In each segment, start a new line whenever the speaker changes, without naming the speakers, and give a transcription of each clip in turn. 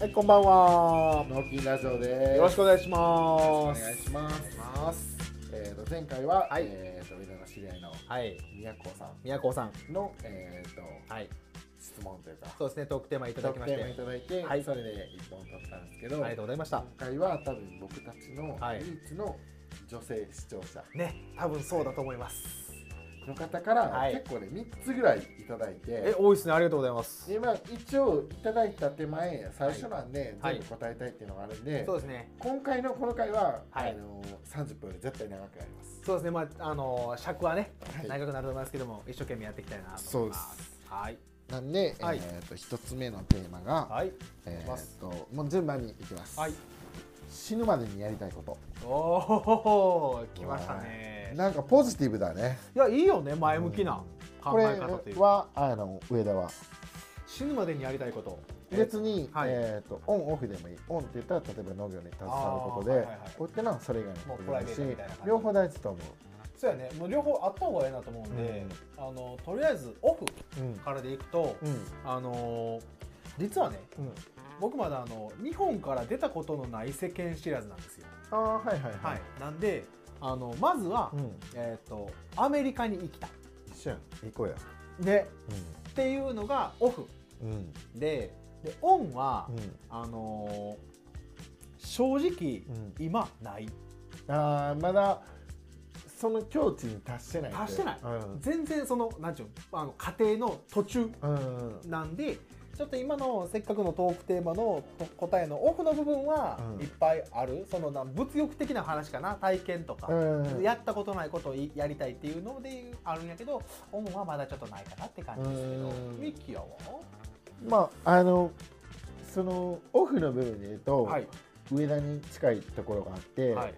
はい、こんばんは。
ノーキンラジオです。
よろしくお願いし
お
ます。
願いします。
ます。
えっ、と前回は、
はい
えっ、とみんなの知り合いの
はい、
宮子さ
宮古さん。
んのえっ、と
はい、
質問というか
そうですね、トークテーマいただきまし
特典をい
て、
ただいて、
はい
それで一本取ったんですけ
あ
ど、
りがとうございました
今。回は多分僕たちのリ
はい
ーチの女性視聴者
ね、多分そうだと思います。
の方から、
はい
結構ね三つぐらいいただい
え
て、。
多いですね、ありがとうございます。
でまあ、一応いただいた手前最初なんで、
はい
全部答えたいっていうのがあるんで、
そうですね、
今回のこの回は、
はい
あの30分より絶対長くなります。
そうですね、まあ、あの尺はね、
はい
長くなると思いますけども、一生懸命やっていきたいなと
そう
思い
で
ます。
す
はい、
なんで、
はい
えっ、と一つ目のテーマが、
はい、
え
き
ー
ま
っ
す
ともう順番にいきます、
はい、
死ぬまでにやりたいこと
おお、来ましたね。
なんかポジティブだね
いや、いいよね、前向きな考
こ
え
れ
方というか。
はあの上田は
死ぬまでにやりたいこと。
別に、
はい
えーっとオンオフでもいいオンって言ったら例えば農業に携わることで、
あーはいはいはい
こうってのはそれ以外のこと
も
でもいいし
うプライベートみたいな感じ
両方大事と思
そうやね、もう両方あった方がいいなと思うんで、あのとりあえずオフ
ううん
からでいくと、
うん
あのー実はね、
うん
僕まだあの日本から出たことのない世間知らずなんですよ。
ああはいはい
は
はい
い、なんであのまずは、
うん
えっ、とアメリカに行きたい。
一緒やん行こうや
でっていうのがオフ
うんうん
ででオンは、
うん
あのー正直、
うん
今ない
ああまだその境地に達してないとう
達してない
うん
全然そのなんちゅうのあの家庭の途中
うんうん
なんでちょっと今のせっかくのトークテーマのと答えのオフの部分は
うん
いっぱいある、そのな物欲的な話かな体験とか、
うん
やったことないことをいやりたいっていうのでいうあるんやけどオンはまだちょっとないかなって感じですけど
うん
ミキヤは
まああのそのオフの部分で言うと、
はい
上田に近いところがあって、
はい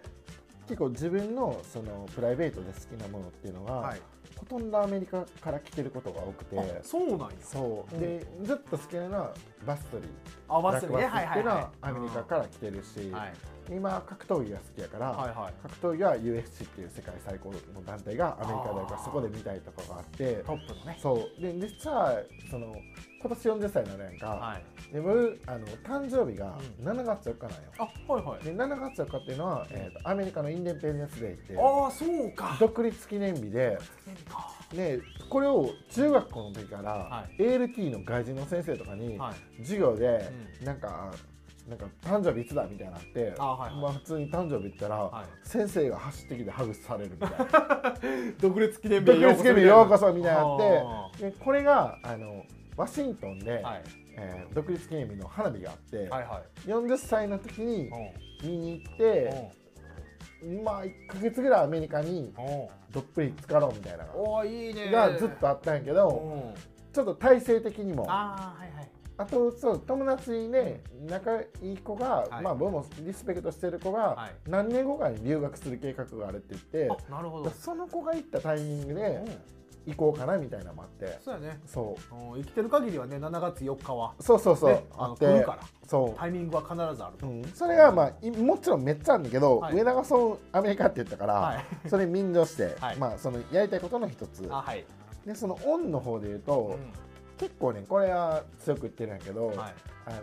結構自分のそのプライベートで好きなものっていうのが、
はい
ほとんどアメリカから来てることが多くて
あそうなんや
そう、
うん
でずっと好きなのはバストリー
合
ブラ
わ
ッ
せる
クバ
ね
ス
はい
っ
は
てい
いう
の
は
はアメリカから来てるし、
いはい
今は格闘技が好きやから、
はいはい
格闘技は UFC っていう世界最高の団体がアメリカだから
あー
そこで見たいとかがあって
トップのね
そうで実はその今年40歳になるやんか、
はい
で僕あの誕生日が
うん
7月4日なんよ、
あはいはい
で7月4日っていうのは、えーとアメリカのインディペンデンス・デーって
ああそうか
独立記念日ででこれを中学校の時から、
は
ALT の外人の先生とかに、
はい
授業で、なんかなんか誕生日いつだみたいになって
あはいはい
まあ、普通に誕生日言ったら、
はい
先生が走ってきてハグされるみたいな
独立記念
独立記念日ようこ
そ
そみたいなのあ
あ
ってでこれがあのワシントンで、
はい
えー独立記念日の花火があって、
はいは
40歳の時に
いうん
見に行って、まあ1ヶ月ぐらいアメリカに
うんうん
どっぷり浸かろうみたいなの
おーいいね
ががずっとあったんやけど、
うん
ちょっと体制的にもあ
ああはいはい
とそう友達にね、仲いい子が、
はい
まあ僕もリスペクトしてる子が、
はい
何年後かに留学する計画があるって言って
あなるほ
だ
ど
その子が行ったタイミングで
うん
行こうかなみたいなのもあって
そうやね
そ
うん生きてる限りはね7月4日は
うそうそうそう、
ねあ
あ
の
って
来るから
そう
タイミングは必ずあると
うんそれがまあいもちろんめっちゃあるんだけど、
はい
上田がそうアメリカって言ったから、
はい
それ便乗して、
はい
まあ、そのやりたいことの一つ
あはい
でそのオンの方で言うと、
う
結構ねこれは強く言ってるんやけど、
んはい
あ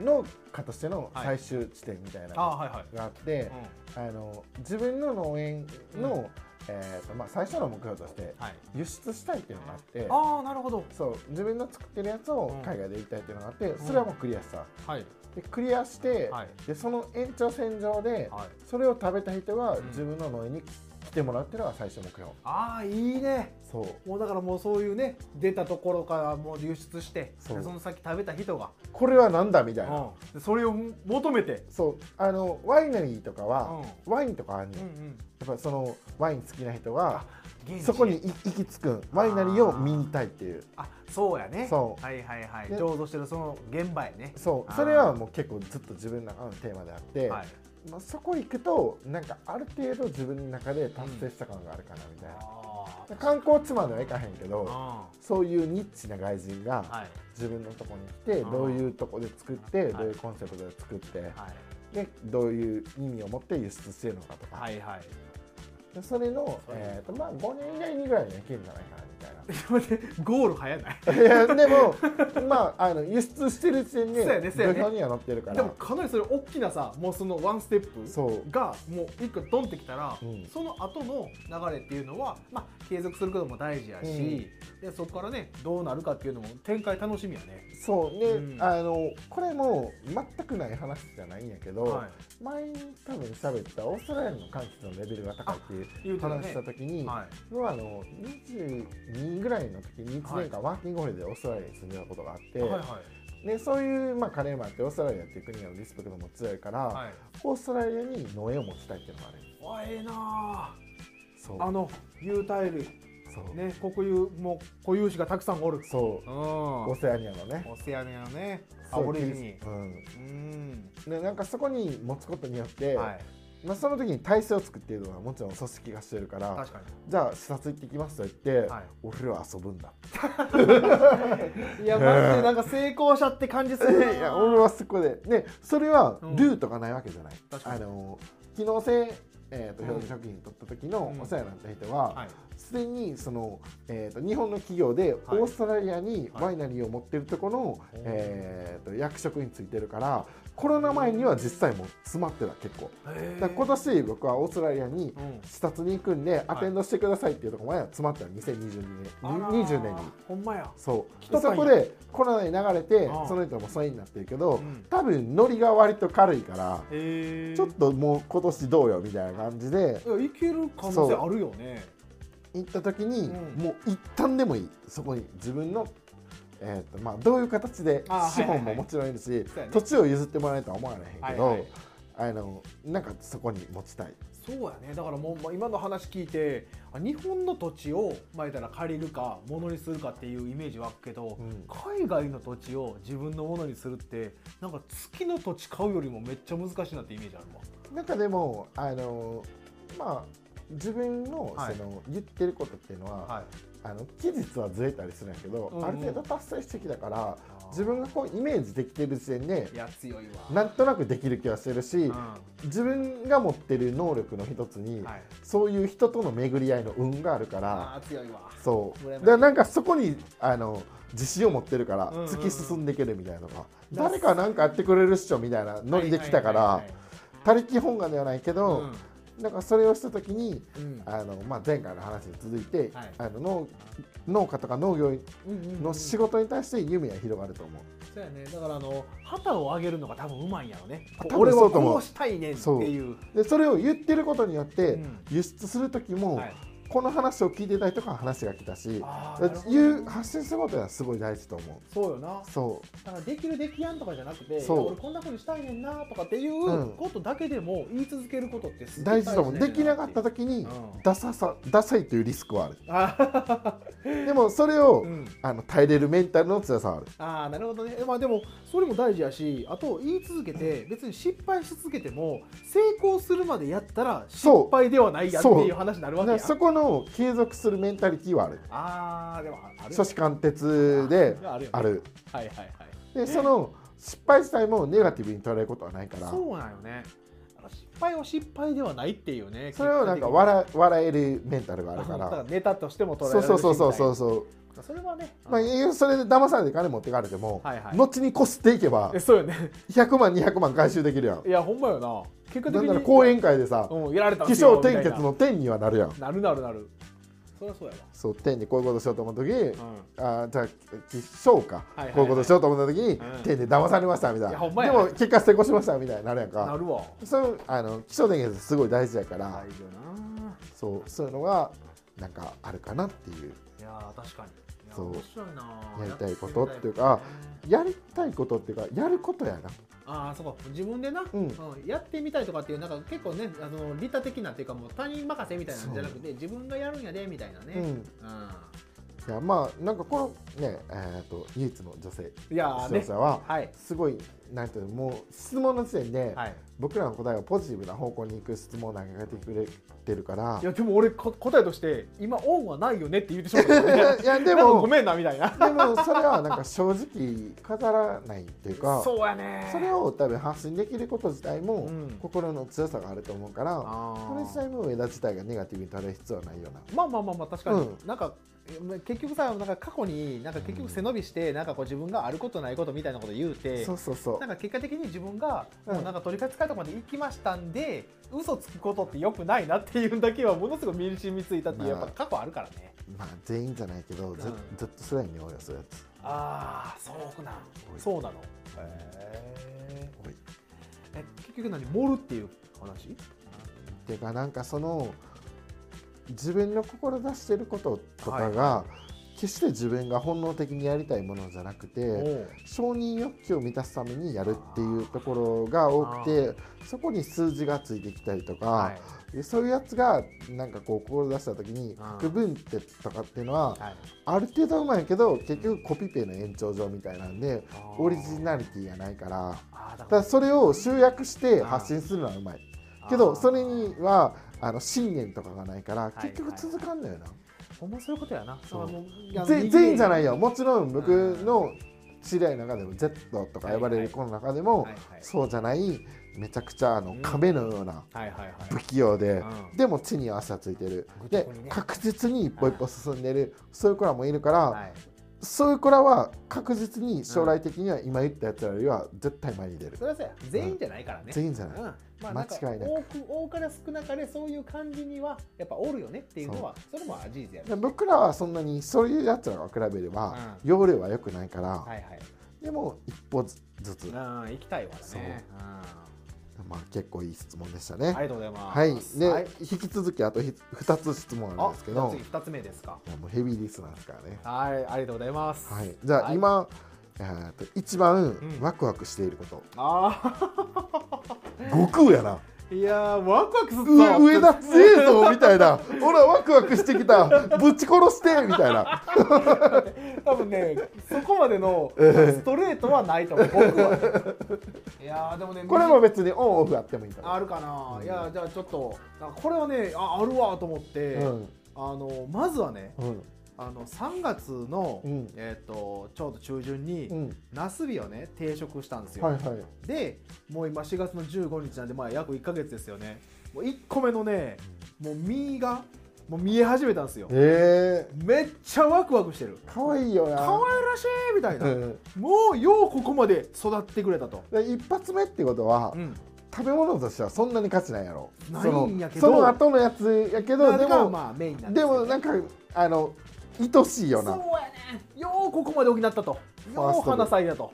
の農家としての最終地点みたいなの
あはいはい
があって、
う
あの自分の農園の、
うん
えーとまあ、最初の目標として
んはい
輸出したいっていうのがあって。
ああなるほど
そう自分の作ってるやつを
うん
海外で売りたいっていうのがあって、それはもうクリアした、
はい
でクリアして、
はい
でその延長線上で、
はい
それを食べた人が
ん
自分の農園に来てもらうっていうのが最初の目標
ああいいね
そう
もうだからもうそういうね出たところからもう流出して
そう
でその先食べた人が、
これはなんだみたいな、
うんでそれを求めて
そうあのワイナリーとかは、ワインとかあんねん、や
ん
っぱそのワイン好きな人が
現地へ
そこにい行き着くんワイナリーを見に行きたいっていう
あそうやね
そう
はいはいはい
で
醸造してるその現場へね
そう
あー
それはもう結構ずっと自分の中のテーマであって、
はい
まあ、そこ行くとなんかある程度自分の中で達成した感があるかなみたいな、
あー
観光地まではいかへんけ
う
ど
ん
そういうニッチな外人が
はい
自分のとこに来て
うん
どういうとこで作って
い
どういうコンセプトで作って
はい
でどういう意味を持って輸出してるのかとか
はいはい
でそれの
そう
えーとまあ5年以内にぐらいでできるんじゃないかなみたいな
待ってゴール早ない
いやでもまああの輸出してる時点で
そうやねそうや
土
ね
俵には乗ってるか
で
ら
もかなりそれ大きなさもうそのワンステップ
そう
がもう一個ドンってきたら、
うん
その後の流れっていうのは、まあ、継続することも大事やし、でそこからねどうなるかっていうのも展開楽しみやね。
そうね、
うん
あのこれも全くない話じゃないんやけど、
は
前に多分喋ったオーストラリアの柑橘のレベルが高いっていう
い、言うてた
話し
ね
た時に、
は
僕はあの22ぐらいの時に1年間ワーキングホリデーでオーストラリアに住んでたことがあって、
い、はいはい
でそういう、まあ、カレーマンってオーストラリアっていう国のリスペクトも強いから、
はい
オーストラリアに農園を持ちたいっていうのもある
わええなあ
そう
あの有袋類
そう,、
ね国有もう固有種がたくさんおる
そううんオセアニアのね
オセアニアのねア
そう
ボリジニ
うん
うん
でなんかそこに持つことによって、
はい
まあ、その時に体制を作っているのはもちろん組織がしてるから
確か
じゃあ視察行ってきますと言って、
はい
俺らは遊ぶ んだって
にいやマジでなんか成功者って感じする ない
や俺はそこででそれはルートがないわけじゃない、
確か
あ
に
の機能性、えー、と
うん
標準食品取った時の
うん
お世話になった人は
はい
すで、にその、えー、と日本の企業でオ
い
ーストラリアにワイナリーを持ってるところの、
い
えー、と役職についてるからコロナ前には実際もう詰まってた結構だから今年僕はオーストラリアに
うん
視察に行くんでアテンドしてくださいっていうところまでは詰まってた2022
あら
年に20年に
ほんまや
そう
来
で
たか
そ
い
こでコロナに流れて
ああ
その人もそういうになってるけど、
うん
多分ノリが割と軽いから
ええ
ちょっともう今年どうよみたいな感じで
いやいける可能性あるよね
行った時に、
うん
もう一旦でもいいそこに自分の、えーとまあ、どういう形で
ああ
資本
はいはいは
も
い
もちろんいるし、
そうやね
土地を譲ってもらえるとは思われへんけど、
はいはい
あのなんかそこに持ちたい。
そうやねだからもうまあ今の話聞いてあ日本の土地をまあ言ったら借りるかものにするかっていうイメージはあるけど、
うん
海外の土地を自分のものにするってなんか月の土地買うよりもめっちゃ難しいなってイメージあるわ
なんかでもあのまあ自分の,、
はい
その言ってることっていうのは、
はい
あの期日はずれたりするんやけど、
うんうん
ある程度達成してきたから
あー
自分がこうイメージできてる時点で
いや強いわ
なんとなくできる気はしてるし、
うん
自分が持ってる能力の一つに、
はい
そういう人との巡り合いの運があるから、
あー強いわ
そう
羨ましい
だからなんかそこにあの自信を持ってるから
うんうんうん
突き進んでいけるみたいなのが、
だ
誰かなんかやってくれるっしょみたいなノリできたから、
はいはい
他力本願ではないけど、
はいはい
なんかそれをした時に
うん
あの、まあ、前回の話に続いて、
はい
あの農農家とか農業
うんうんうん
の仕事に対して夢が広がると思う、
そうやねだからあの旗を上げるのが多分うまいんやろね
あ
こう
多分
俺
そ
は
うと思う
こうしたいねんっていう
でそれを言ってることによって、
うん
輸出する時も、
はい
この話を聞いてた人から話が来たし
あーなるほど
いう発信することはすごい大事と思
そうよな
うそ
だからできるできやんとかじゃなくて
そう
いや俺こんなふうにしたいねんなとかっていう
うん
ことだけでも言い続けることってす
う
っごい
大事と思う、
ね
できなかった時
う
に、
ん
ダサさダサいというリスクはある
あ
でもそれを、
ー、うん
あの耐えれるメンタルの強さはある
あーなるほどねまあでもそれも大事やしあと言い続けて別に失敗し続けても成功するまでやったら失
そう
敗ではないやって
そう
いう話になる
だ
わ
か
け
ら
や
そこの継続するメンタリティーはある
ああでもあある
初子貫徹で
あるよね
ある
はいはいはい
でその失敗自体もネガティブに捉えることはないから
そうなんよねあの失敗は失敗ではないっていうね
それをなんか
笑
笑笑えるメンタルがあるか
だから
ら
ネタとしても捉えら
そ
れ
う
る
そうそうそうそううそう
それはね、
まあ、
うん
えそれで騙されて金持ってかれても、
はいはい
後にこすっていけば
えそうよね
100万200万回収できるやん
いやほんまよな結果
な
的
んなら
に
講演会でさ
うん、やられたん
起
すよ
承転結
み
の点にはなるやん
たいななるなるなるそりゃそうや
そう点にこういうことしようと思った時に、
わ、
あーじゃあ起承か、
いはいはい
こういうことしようと思った時に、
うん
点で騙されましたみたい
い
な
やほんまや
でも結果成功しましたみたいになるやん
うん、な
か
るわ
そのあの起承転結すごい大事やから、
大丈夫な
そうそういうのがなんかあるかなっていう
いやー確かにいや
そう
面白いな
やりたいこ
や
と
てみ
っていうかやりたいことっていうかやることやな
ああそうか自分でな、
うん
やってみたいとかっていうなんか結構ねあの利他的なっていうかもう他人任せみたいなんじゃなくて自分がやるんやでみたいなね、
うんいやまあなんかこのねえー、と唯一の女性
いやー
視聴
ね
者は、
はい
すごいなんていうのもう質問の時点で、
はい、
僕らの答えがポジティブな方向に行く質問を投げかけてくれてるから
いやでも俺こ答えとして今オンはないよねって言ってしまったんですよね
いやで
でも
も
ごめんなみたいな
でもそれはなんか正直飾らないっていうか
そうやね
それを多分発信できること自体も
うん
心の強さがあると思うから、
あ
それ自体も上田自体がネガティブに捉える必要はないような。
まあまあまあまあ確かに、
う
なんかえまあ結局さなんか過去になんか結局背伸びしてなんかこう自分があることないことみたいなこと言うて
そうそうそう
なんか結果的に自分が
うん
もうなんか取り返すかとこまで行きましたんで、嘘つくことってよくないなっていうだけはものすごい身に染みついたっていうやっ
まあ
ぱ過去あるからね
まあ全員じゃないけど、ず
うん
ずっと世代に応用するやつ
ああそうなん
多い
そうなの
多いっ
え結局何盛るっていう話
ていうかなんかその自分の志してることとかが、決して自分が本能的にやりたいものじゃなくて、
おう
承認欲求を満たすためにやるっていうところが多くてそこに数字がついてきたりとか、
はい
でそういうやつがなんかこう志した時に
あー
区分ってとかっていうのは
はい
ある程度うまいけど結局コピペの延長上みたいなんでオリジナリティがないから
あーだ
ただそれを集約して
あー
発信するのはうまい
ら
けどそれにはあの信念とかがないか
い
ら
はい
結局続かんのよな。
ほんまそういうことやな
そ
だ
う
からもうあの
ぜ
右
全員じゃ
は
ないいよもちろん僕
うん
の知り合いの中でも Z とか呼ばれる子の中でも
はい
そうじゃないめちゃくちゃあ
う
の
ん
壁のような
はいはい
不器用で
うん
でも地に足はついてる
具体
で
的にね
確実に一歩一歩進んでるそういう子らもいるから
はい
そういう子らは確実に将来的には今言ったやつらよりは絶対前に出る
それはそうや全員じゃないからね
全員じゃな
う
い
んまあ、なんか
間違いなく
多く多から少なかでそういう感じにはやっぱおるよねっていうのはそれも事実やね
で僕らはそんなにそういうやつらが比べれば
う
容量は良くないから
はいはい
でも一歩ず
う
つ
ん行きたいわね
そう
うん
まあ結構いい質問でしたね
ありがとうございます
はい、で、
はい
引き続きあとひ2つ質問あるん
あ
ですけ
じゃあ
ど
次二つ目ですか
いやもうヘビーリスナーですからね、
はいありがとうございます
はい、じゃあ今、えーっと一番
ん
ワクワクしていること、
あ
悟空やな
ーいやーワクワクする
う上田製造みたいなほらワクワクしてきたぶち殺してみたいな
多分ねそこまでのストレートはないと思う僕 はいやーでもね
これも別にオンオフあってもいいから
あるかな、いやじゃあちょっとなんかこれはねああるわと思って、
うん
あのまずはね
うん
あの3月の、
うん
えっ、とちょうど中旬に、
うん
ナスビをね定食したんですよ、
はいはい
でもう今4月の15日なんでまあ約1か月ですよねもう1個目のねもう身がもう見え始めたんですよ
え
めっちゃワクワクしてる
ー、かわいいよな
可愛らしいみたいな、
うん
もうようここまで育ってくれたと、
で一発目ってことは、
うん、
食べ物としてはそんなに価値ないやろ
ないんやけど
そのその後のやつやけど
な
で
んか
も、
まあメインなん
で
けど
もなんかあの愛しいよ
そう
な
やねようここまで補ったと
ファー
よう
ストで
花咲いだと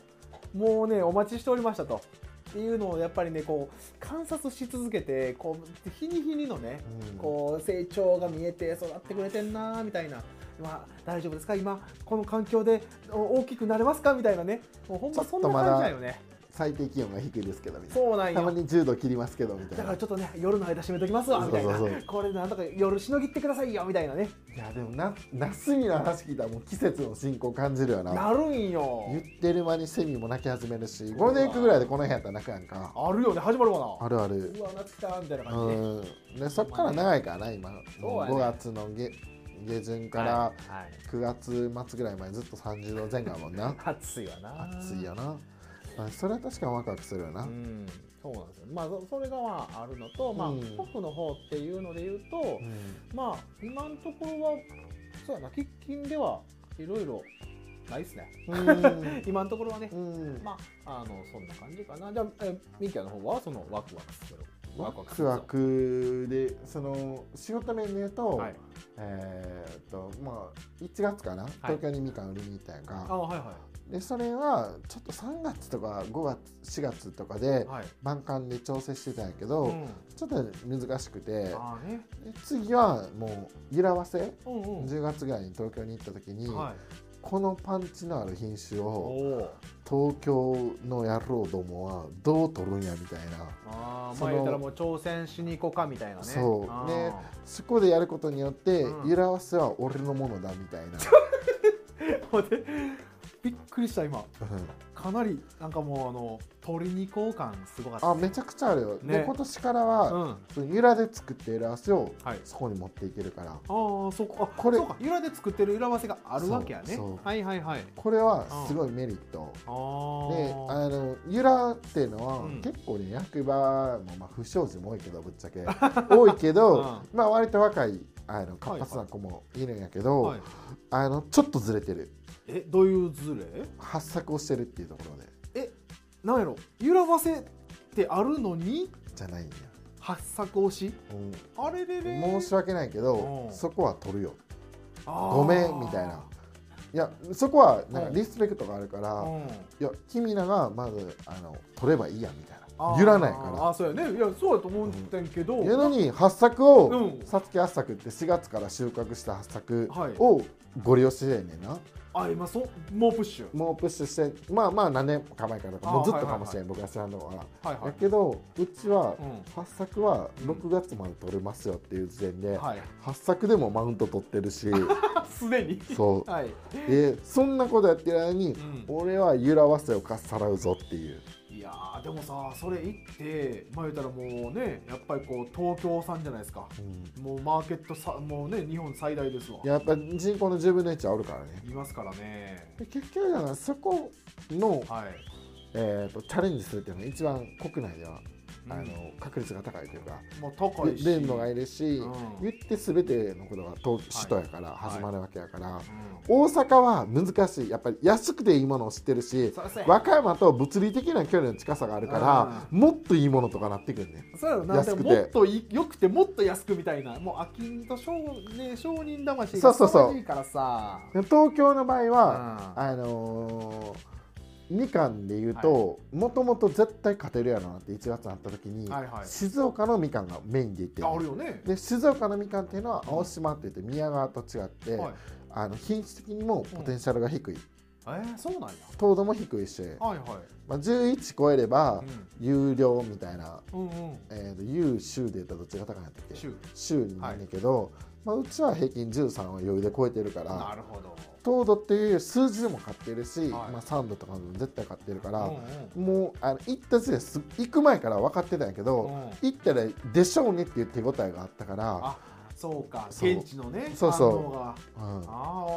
もうねお待ちしておりましたとっていうのをやっぱりねこう観察し続けてこう日に日にのね、
うん
こう成長が見えて育ってくれてんなーみたいな。まあ、大丈夫ですか今この環境でお大きくなれますかみたいなねもうほんまそんな感じだよね
最低気温が低いですけどみたい
そうなん
なたま
よ
に10度切りますけどみた
だ
い
か
な
らちょっとね夜の間閉めときますわみたいな
そうそうそう
これなんとか夜しのぎってくださいよみたいなね
いやでもな夏にの話聞いたらもう季節の進行感じるよな
なるんよ
言ってる間にセミも鳴き始めるしゴールデンウィークぐらいでこの辺やったら鳴くやんか
あるよね始まるかな
あるある
うわ、夏来たみたいな感じで。
うんでそっから長いからな今もう
そうやね
5月の下下旬か
は
ら
いはい
9月末ぐらいまでずっと30度前後やもんな
暑いわな。
暑いよなまあそれは確かにワクワクするよな、
うん、そうなんですよ。まあ、そそれがまあ、あるのと、まあ、
うん
僕の方っていうので言うと、
うん
まあ、今のところは。そうやな、喫緊では、いろいろ。ないですね。
うん
今のところはね。
うん
まあ、あの、そんな感じかな。じゃあ、え、ミキアの方は、そのワクワクする。
ワクワクでその仕事面で言うと、
はい。
えーっとまあ1月かな、東京にみかん売りに行ったやん
あ、
か
はいはい。
でそれはちょっと3月とか5月4月とかで
はい。
満館で調整してたんやけど、
うん。
ちょっと難しくてで
あーね。
次はもう揺らわせ
うんうん。
10月ぐらいに東京に行った時に、
はい。
このパンチのある品種
お
を
おー。
東京の野郎どもはどう取るんやみたいな。
ああ、
そ
ま
の
あ、言ったら、もう挑戦しに行こうかみたいなね。
そう
あー
ねそこでやることによって、
うん
揺らわせは俺のものだみたいな
ほんでびっくりした今
うん
かなりなんかもうあの鶏肉感すごかった
あめちゃくちゃあるよ、
ね
で今年からは、
うん
ゆらで作っている汗を
はい
そこに持っていけるから
ああそこあこ
こ
れ
れ
そうか由来で作ってる裏合わせがあるわけやね
そうそう
はいはいはい
これはすごいメリット、
あ
で
ー
あのゆらっていうのは、
うん
結構ね役場も、まあ、不祥事も多いけどぶっちゃけ 多いけど、まあ割と若いあの活発な子もいるんやけど、
はい、
あのちょっとずれてる
えどういうズレ
発作をしてるっていうところで
なんやろ揺らわせってあるのに
じゃないんや、
発作推し
う
あれれれ
ん、申し訳ないけど
うん
そこは取るよ
あー
ごめんみたいないやそこはなん
う
か
ん
リスペクトがあるから、
うん
いや君らがまずあの取ればいいやみたい
あ
な
ー
揺らないか
あーそうやねいやそうやと思ってんけど、
らやのに八作を、
うん
さつき八作って4月から収穫した八作
はい
をご利用してやねんな、
あ今そう猛プッシュ
もうプッシュしてまあまあ何年か前からとかもうずっとかもしれん、僕が知らんのから、
はいはい
だけどうちは
うん
八作は6月まで取れますよっていう時点で、
はい
八作でもマウント取って るし
あすでに
そう
はい
えそんなことやってる間に、
ん
俺は揺らわせをかっさらうぞっていう
いやーでもさそれ行ってまあ言うたらもうねやっぱりこう東京産じゃないですかもうマーケットさもうね日本最大ですわ
やっぱ人口の10分の1はあるからね
いますからね
で結局だからそこの、
はい
えー、とチャレンジするっていうのが一番国内では、あ
うん
の確率が高いというか
もう高いし
連のがいるし、
うん
言って全てのことが東首都やから始まるわけやから、
う
大阪は難しいやっぱり安くていいものを知ってるし
そうそうや
和歌山と物理的な距離の近さがあるから、もっといいものとかなってくるね
んそうやろな
安
で
くて
ももっとい良くてもっと安くみたいなもう商人と商,、ね、商人魂
そ
が
うそうそう
しいからさ
で東京の場合は、
うん
あのー、みかんで言うともともと絶対勝てるやろなって1月になった時に、
はいはい
静岡のみかんがメインでいってる
あるよね
で静岡のみかんっていうのは青島って言って宮川と違って、
はい
あの品質的にもポテンシャルが低い、
えー、そうなんや
糖度も低いし、
はいは
まあ、11超えれば
い、
有料みたいな、
うん、うんうん
えーと有州で言ったらどっちが高いなってっけ
週
州になるんだけど、まあ、うちは平均13を余裕で超えてるか
な
ら
るほど
糖度っていう数字でも買ってるし、
はい
まあ、3度とかも絶対買ってるから、
うん
もうあの行った時点です行く前から分かってたんやけど、
うん
行ったら「でしょうね」っていう手応えがあったから。
あそうか
そう
現地のね
そうそう
反応が
うん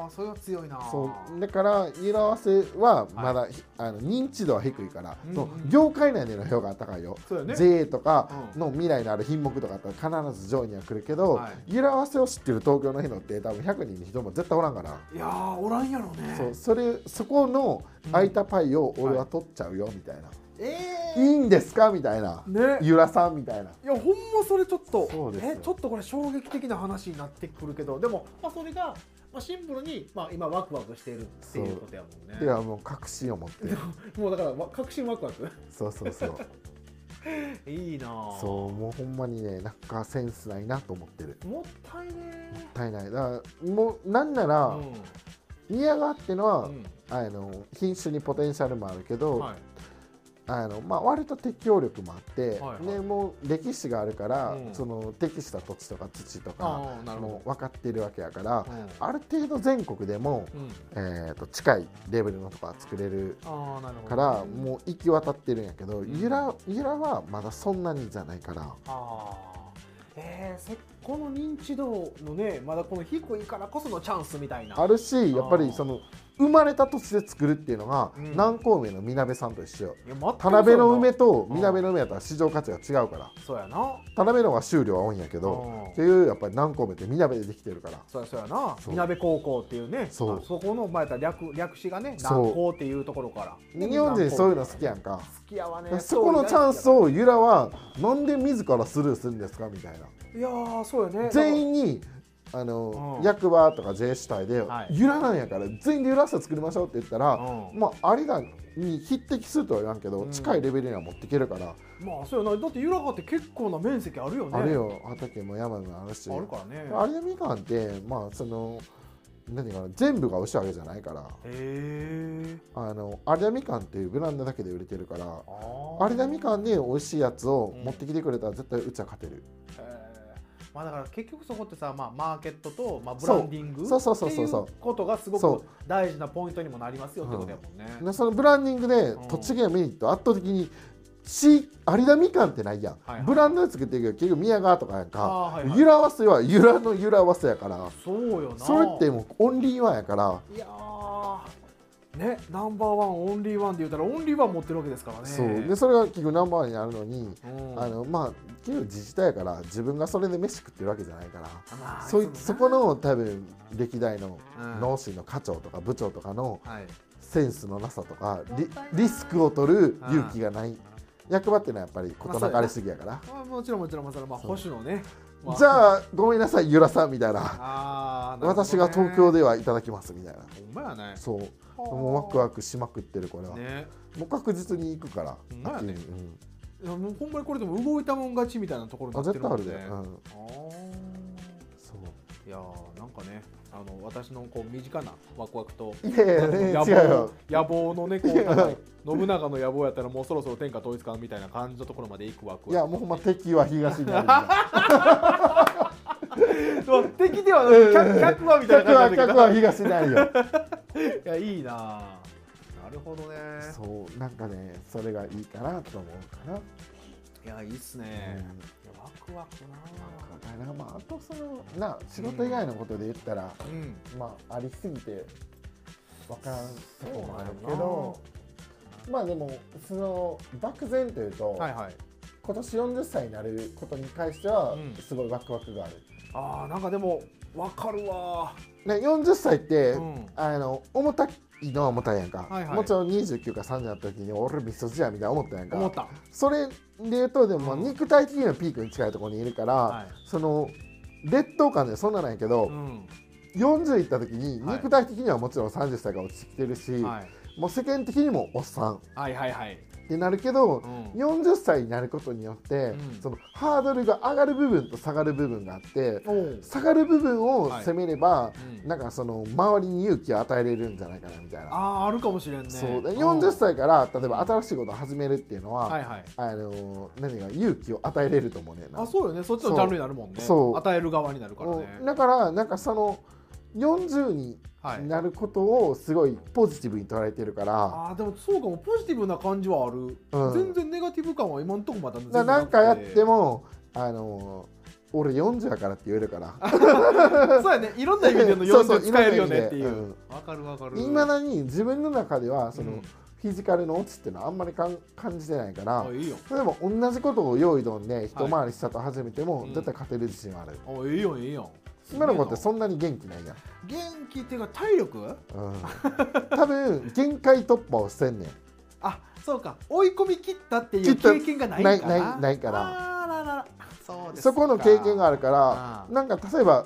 ああそれは強いな
そうだから色合わせはまだ、あの認知度は低いから、
うんうん
その業界内での評価が高いよ、
そうやね
JA とかの未来のある品目とかだったら必ず上位には来るけど、
は
色合わせを知ってる東京の人って多分100人に人も絶対おらんから、
いやーおらんやろね
そうそれそこの空いたパイを俺は取っちゃうよみたいな、
え
い、いんですかみたいな、
ね
ゆらさんみたいない
やほんまそれちょっと
そうですよ
えちょっとこれ衝撃的な話になってくるけどでも、まあ、それが、まあ、シンプルに、まあ、今ワクワクしているっていうことやもんね
ではもう確信を持ってる
もうだからわ確信ワクワク
そうそうそう
いいなあ
そうもうほんまにねなんかセンスないなと思ってる
もったいね
もったいないだからもうなんなら、
ー
宮川ってのは、
うんうん
あの品種にポテンシャルもあるけど、
はい
あのまあ、割と適応力もあって、
はいはい
ね、もう歴史があるから、
うん
その適した土地とか土とか
ああなる
も
ほ
う分かってるわけやから
ど、うん
ある程度全国でも、
うん
えー、と近いレベルのとか作れる
ああなるほど
から、もう行き渡ってるんやけど、
ん
ゆらゆらはまだそんなにじゃないから。
あーえー、せこの認知度のねまだこの低いからこそのチャンスみたいな
あるしやっぱ
あー
りその生まれた土地で作るっていうのが、
うん
南高梅のみなべさんと一緒よ
いや全く
田辺の梅
そ
と
うん
みなべの梅やったら市場価値が違うから
うやな
田辺の方が収量は多いんやけ
うん
どっていうやっぱり南高梅ってみなべでできてるから
そうやそうやな
そう
みなべ高校っていうね
そう
あそこの前だ略略史がね
そう
南高っていうところから
日本人そういうの好きやんか
好きやわね
そこのチャンスをゆらはなんで自らスルーするんですかみたいない
やーそうやね
全
員
員にあの
うん
役場とか J 主体で
はい
ゆらなんやから全員でゆらさ作りましょうって言ったら
うん
まあありだに匹敵するとは言わんけど
うん
近いレベルには持っていけるから
まあそうやなだって由良川って結構な面積あるよね
あるよ畑も山もあるし
あるからね
あれみかんってまあその何かな全部が美味しいわけじゃないから
へえ
あの有田みかんっていうブランドだけで売れてるから
あー
有田みかんで美味しいやつを
うん
持ってきてくれたら絶対うちは勝てる、
へーまあ、だから結局そこってさ、まあ、マーケットと、まあ、ブ
そう
ランディング
そうそう
っ
そう
て
そ
いう
そう
うことがすご
そう
く大事なポイントにもなりますよってことやもんね。
でそのブランディングで
うん
栃木のメリット圧倒的に地有田みかんってないやん、
はいはい
ブランドで作ってるけど結局宮川とかやんか
あーはいはい
揺らわせは揺らの揺らわせやから
そうよな
それってもうオンリーワンやから、
いやーねナンバーワンオンリーワンで言ったらオンリーワン持ってるわけですからね。
そうでそれが結局ナンバーワンになるのに、
うん
あのまあ結局自治体やから自分がそれで飯食ってるわけじゃないから。
まあ
そ
つ
い
もな
そこの多分歴代の
うん
農師の課長とか部長とかの
はい、
センスのなさとかリ
もったいない
リスクを取る勇気がない役場ってのはやっぱり事なかれすぎやから、
まあもちろんもちろんもちろん、まあ、
そ
保
う
守のね、ま
じゃあごめんなさいゆらさんみたいな
あーなるほどね
私が東京ではいただきますみたいな
ほんまやね
そうもうワクワクしまくってるこれは、
ね
もう確実に行くから
ほんまやね
秋にうん
いやもうほんまにこれでも動いたもん勝ちみたいなところにな
あ
って
絶
るも
対あ
ん
るで、
ね
うん、
あー
そう
いやーなんかねあの私のこう身近なワクワクと
い やいや
野
いや違うよ
望野望のねこ
いや
うなんか信長の野望やったらもうそろそろ天下統一かみたいな感じのところまで行くワクワク
いやもうほんま敵は東にあるみたいな
そう敵ではなく客客 はみたい
客
な
は
感じだ
客は東にある よ
けどいやいいなあなるほどね
そうなんかねそれがいいかなと思うかな、
いやいいっすね、いやワクワクな
うんだからまああとそのな仕事以外のことで言ったら、
あうん
まあありすぎてわからんとこもあるけ
そうだ
ど
よ
まあでもその漠然というと、
はいはい
今年40歳になることに関しては
うん
すごいワクワクがある、
あーなんかでもわかるわ
ね、40歳って、
うん
あの重たいのは重たいやんか、
はいはい
もちろん29か30の時に俺味噌汁やみたいな思ったやんか
思った
それで言うとでもまあ
うん
肉体的にはピークに近いところにいるから、
はい
その劣等感でそんなないけど、
うん
40いった時に
はい
肉体的にはもちろん30歳が落ちてきてるし、
はい
もう世間的にもおっさんっ
はいはいはい
てなるけど、
うん
40歳になることによって、
うん
そのハードルが上がる部分と下がる部分があって
おう
下がる部分を
はい
攻めれば、
うん
なんかその周りに勇気を与えれるんじゃないかなみたいな。
あーあるかもしれんね
そうで
ん
40歳から例えば新しいことを始めるっていうのは、
はいはい
あのー何が勇気を与えれると思うねんな
あそうよねそっちのジャンルになるもんね
そう
与える側になるから
うん
ね
だからなんかその40に
はい
なることをすごいポジティブに捉えてるから、
あーでもそうかもポジティブな感じはある、
うん
全然ネガティブ感は今んとこまだ全
だ
然
からなんかやって
も
もあのー俺40やからって言えるから
そうやねいろんな意味での
そうそう
40使えるよねってい
いろんな意味
う
で
わかるわかる
いまだに自分の中ではその、
うん
フィジカルの落ちっていうのはあんまりかん感じてないから、
あいいよ
でも同じことを用意どんで一回りしたと始めても、
はいうん
絶対勝てる自信はある、
あいいよいいよ
今の子って
そ
そんなに元気ないやん、
元気っていうか体力
うん、 多分限界突破をしてんねん
あそうか追い込み切ったってい
切っ
う
た
経験がないん
ない
かな
ないないから
あーらららそうです
そこの経験があ
る
るから
あー
なんか例えば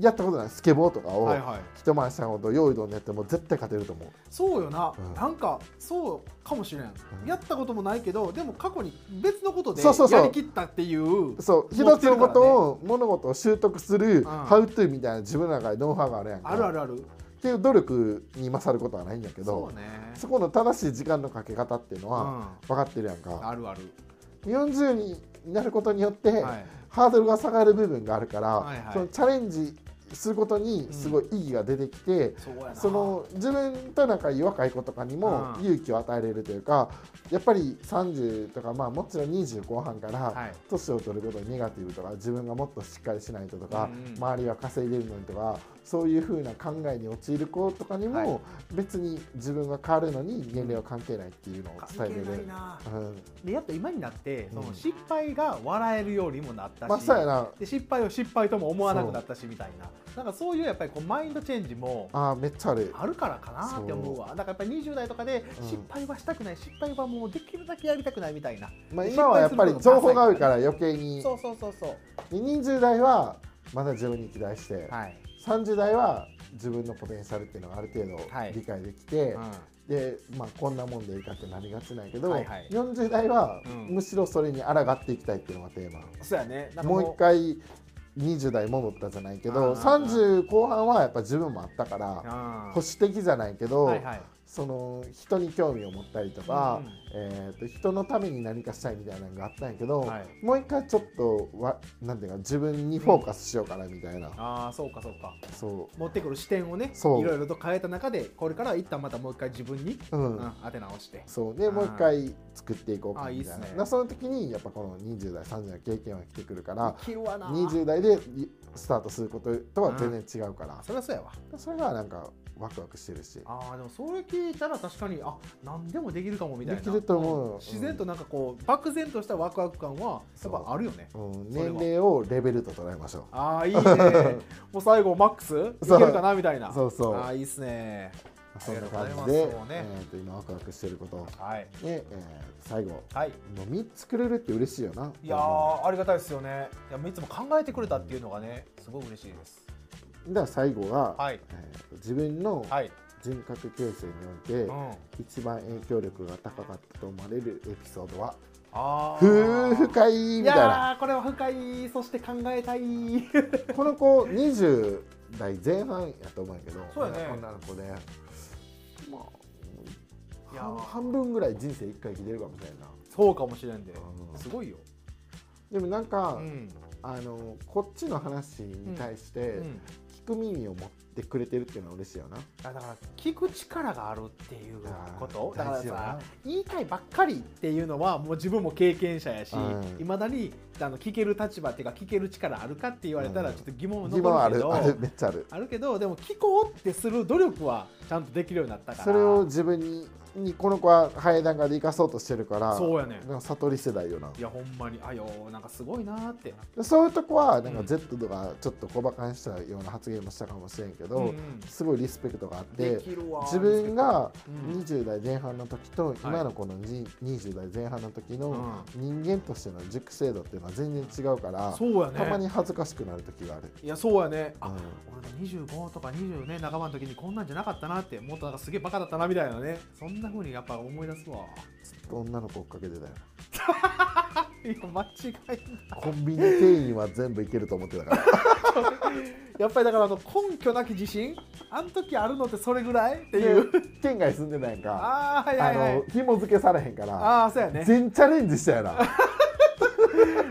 やったことないスケボーとかを、
はいはい
一回りしたことを用意どんでやっても絶対勝てると思う
そうよな、
うん
なんかそうかもしれん、
ん
やったこともないけどでも過去に別のことで
そうそうそう
やりきったっていう
そう
持
一
っ
つ
てるから
の
ね
ことを、物事を習得する、
ん
ハウトゥーみたいな自分の中でノウハウがあるやんか
あるあるある
っていう努力に勝ることはないんやけど
そうね
そ,、この正しい時間のかけ方っていうの
う
は分かってるやん
ん、
か、
あるある、
40になることによって、
はい、
ハードルが下がる部分があるから、
はいはい
そのチャレンジすることにすごい意義が出てきて、
そうやな
その自分と仲いい若い子とかにも
うん
勇気を与えれるというか、やっぱり30とか、まあ、もちろん20後半から
はい
年を取ることにネガティブとか自分がもっとしっかりしないととか、
うんうん
周りは稼いでるのにとかそういうふうな考えに陥る子とかに
は
も、別に自分が変わるのに年齢は関係ないっていうのを伝
関
え
係
れ
ない
る。
な
うん
でやっと今になってそ
うん
の失敗が笑えるようにもなったし、
まあ、そうやな
で失敗を失敗とも思わなくなったしみたいななんかそういうやっぱりこうマインドチェンジも
あーめっちゃある
あるからかなって思うわだからやっぱり20代とかで
うん
失敗はしたくない、失敗はもうできるだけやりたくないみたいな、
まあ、
で
今はやっぱり
失敗することも
情報が多い
ダサい
か
から
余計に
そうそうそうそう
で20代はまだ自分に期待して、
はい、
30代は自分のポテンシャルっていうのがある程度
はい
理解できて、
うん
で、まあ、こんなもんでいいかってなりがちなんやけど、
はいはい
40代は
うん
むしろそれに抗っていきたいっていうのがテーマ、
そうやねなんか
もう一回20代戻ったじゃないけど
あー
30後半はやっぱ自分もあったから
あー
保守的じゃないけど、
はいはい
その人に興味を持ったりとか、
うん
えー、と人のために何かしたいみたいなのがあったんやけど、
はい
もう一回ちょっとわなんていうか自分にフォーカスしようかなみたいな、
ああそうかそうか
そ
持ってくる視点をねい
そう
ろいろと変えた中でこれからは一旦またもう一回自分に、
う、うん
うん当て直して
そうでもう一回作っていこうか
あ
みたい
いいっ
な
すね
なその時にやっぱこの20代30代の経験は来てくるから
生きるわな
20代でいスタートすることとは全然違うから、
そりゃそうやわ
それがなんかワクワクしてるし
あーでもそれ聞いたら確かにあ何でもできるかもみたいな
できると思うよ
ん自然となんかこう漠然としたワクワク感はやっぱあるよね
うん、
それ
年
は
齢をレベルと捉えましょ
ああいいねもう最後マックスいけるかなみたいな
そうそう
ああいいっすね
うそんな感じ
あり
で
がとうございます
えーと今ワクワクしてること
はい
で、えー最後も
はい、
う3つくれるって嬉しいよない
やーありがたいですよねいやいつも考えてくれたっていうのがねすごい嬉しいです
だから最後は、
はい
えーと自分の
はい、
人格形成において、
うん、
一番影響力が高かったと思われるエピソードは
あ
ふー
ー
深いみたいない
やーこれは深いそして考えたい
この子20代前半やと思うんやけど
そうやね
女の子で、まあ、
いや
半
ー
半分ぐらい人生一回生きてるかもしれんな
そうかもしれんで
うん
すごいよ、
でもなんか、
うん
あのこっちの話に対し
う
て
ん、
聞く耳を持ってくれてるっていうのは嬉しいよな、
あだから聞く力があるっていうこと
あー
だから
大事よ
さ
な
言いたいばっかりっていうのはもう自分も経験者やし
うん
いま、だにあの聞ける立場っていうか聞ける力あるかって言われたら
うん
ちょっと疑問は
疑問あ
残るけど、
るあるめっちゃある
あるけどでも聞こうってする努力はちゃんとできるようになったから
それを自分ににこの子は早い段階で生かそうとしてるから
そうやね
なんか悟り世代よない
やほんまにあよーなんかすごいなーって
そういうとこはなん
う
か
ん
Z とかちょっと小馬鹿にしたような発言もしたかもしれんけど、
うんうん
すごいリスペクトがあって
きるわー
自分が
うん
20代前半の時と
い
今のこのに20代前半の時
う
の
ん
人間としての熟成度っていうのは全然違うから、
そうやね
たまに恥ずかしくなる時がある。
いやそうやねあ、
うん
俺が25とか20ね仲間の時にこんなんじゃなかったなってもっとなんかすげえバカだったなみたいなねそんな風にやっぱ思い出すわ
ずっと女の子追っかけてたよ
いや間違いない
コンビニ店員は全部いけると思ってたから
やっぱりだからあの根拠なき自信あん時あるのってそれぐらいっていう
で県外住んでないんか
ああはい
あ
はいはい
の紐付けされへんから
ああーそうやね
全チャレンジしたよな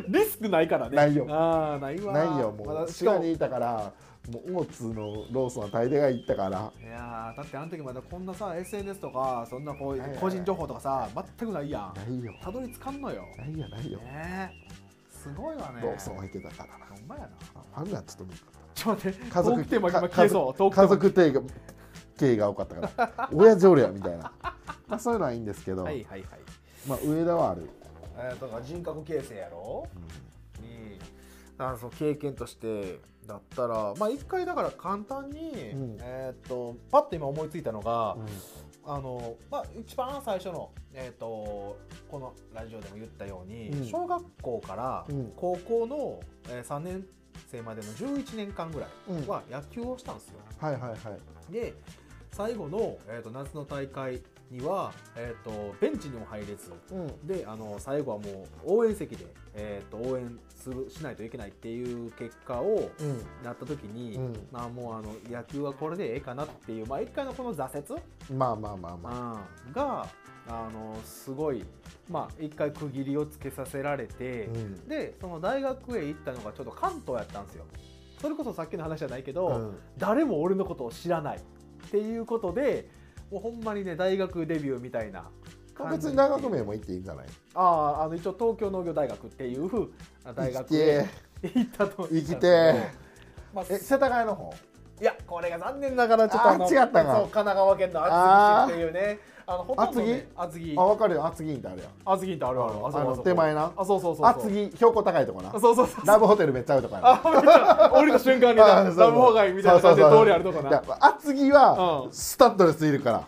リスクないからね
ないよ
ああないわ
ないよもう、
まだし
滋賀
かも
にいたからもう大津のローソンは大抵が行ったから
いやーだってあの時まだこんなさ SNS とかそんなこ
いはいうはい
個人情報とかさ全くないやん
ないよ
たどり着かんのよ
ないよないよ、
ねえすごいわね
ローソンは行けたから
ほんまやな
ファンはちょっと無理だっ
ちょっと待って、ト
た家
ー
族
クテーマ今消えそう。トークテ
家
ーマ
族家族系が多かったから 親父俺やみたいな、まあ、そういうのはいいんですけど、
はいはいはい。
まあ、上田はある、
えー、だから人格形成やろ。に、だからその経験としてだったら、まあ一回だから簡単に、
うん
えーっとパッと今思いついたのが、
うん
あのまあ一番最初のえーっとこのラジオでも言ったように、
うん
小学校から
うん
高校の、えー、3年生までの11年間ぐら
うん
いは野球をしたんですよ。
はいはいはい
で最後の、えー、と夏の大会には、えー、とベンチにも入れず
うん
であの最後はもう応援席で、えー、と応援するしないといけないっていう結果を
うん
なった時に、
うん
まあ、もうあの野球はこれでええかなっていう、まあ、一回のこの挫折、
まあまあまあまあ
うんがあのすごい、まあ、一回区切りをつけさせられて。
うん
でその大学へ行ったのがちょっと関東やったんですよそれこそさっきの話じゃないけど、
うん
誰も俺のことを知らないっていうことでもうほんまにね大学デビューみたいな感じ
別に大学名も行っていいんじゃない
あああの一応東京農業大学っていうあ大
行
学
きて
へ行ったと
生きて
まあ、
え世田谷の方
いやこれが残念ながらちょっとの
あー違ったか
そう神奈川県の厚木市っていうねあのほとんど、ね、厚木
あ分かるよ厚木にってあるやん
厚木ってあるある
あ
あそこ
の
そこ
手前な
あそうそうそうそう
厚木標高高いとこな
あそうそうそう
ラブホテルめっちゃ合うとこやな
あめっちゃ降りた瞬間にな
あ
ラブ
そうそう
ホ街みたいな感じで
そうそうそう
通りあるとこ
いや
な
厚木は
うん
スタッドレスいるか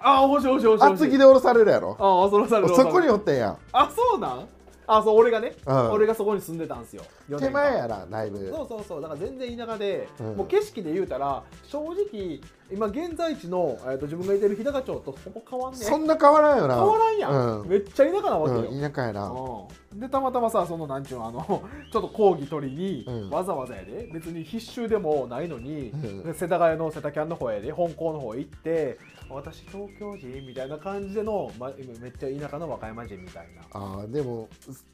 あおしいおしいおしい
ら
おしい
厚木で降ろされるやろ
ああそらされる
そこにおってんやん
あそうなんあそう俺がね、
うん
俺がそこに住んでたんですよ4
手
年間
前やな内部
そうそうそうだから全然田舎で、
うん
もう景色で言うたら正直今現在地の、えー、と自分がいてる日高町とほぼ変わんね
そんな変わらんよな
変わらんやん、
うん
めっちゃ田舎なわけよ、
うん田舎やな
うでたまたまさそのなんちゅうのあの ちょっと講義取りに、
うん
わざわざやで別に必修でもないのに、
うん
で世田谷の世田キャンの方へで本校の方へ行って私東京人みたいな感じでの、ま、めっちゃ田舎の和歌山人みたいな
あーでも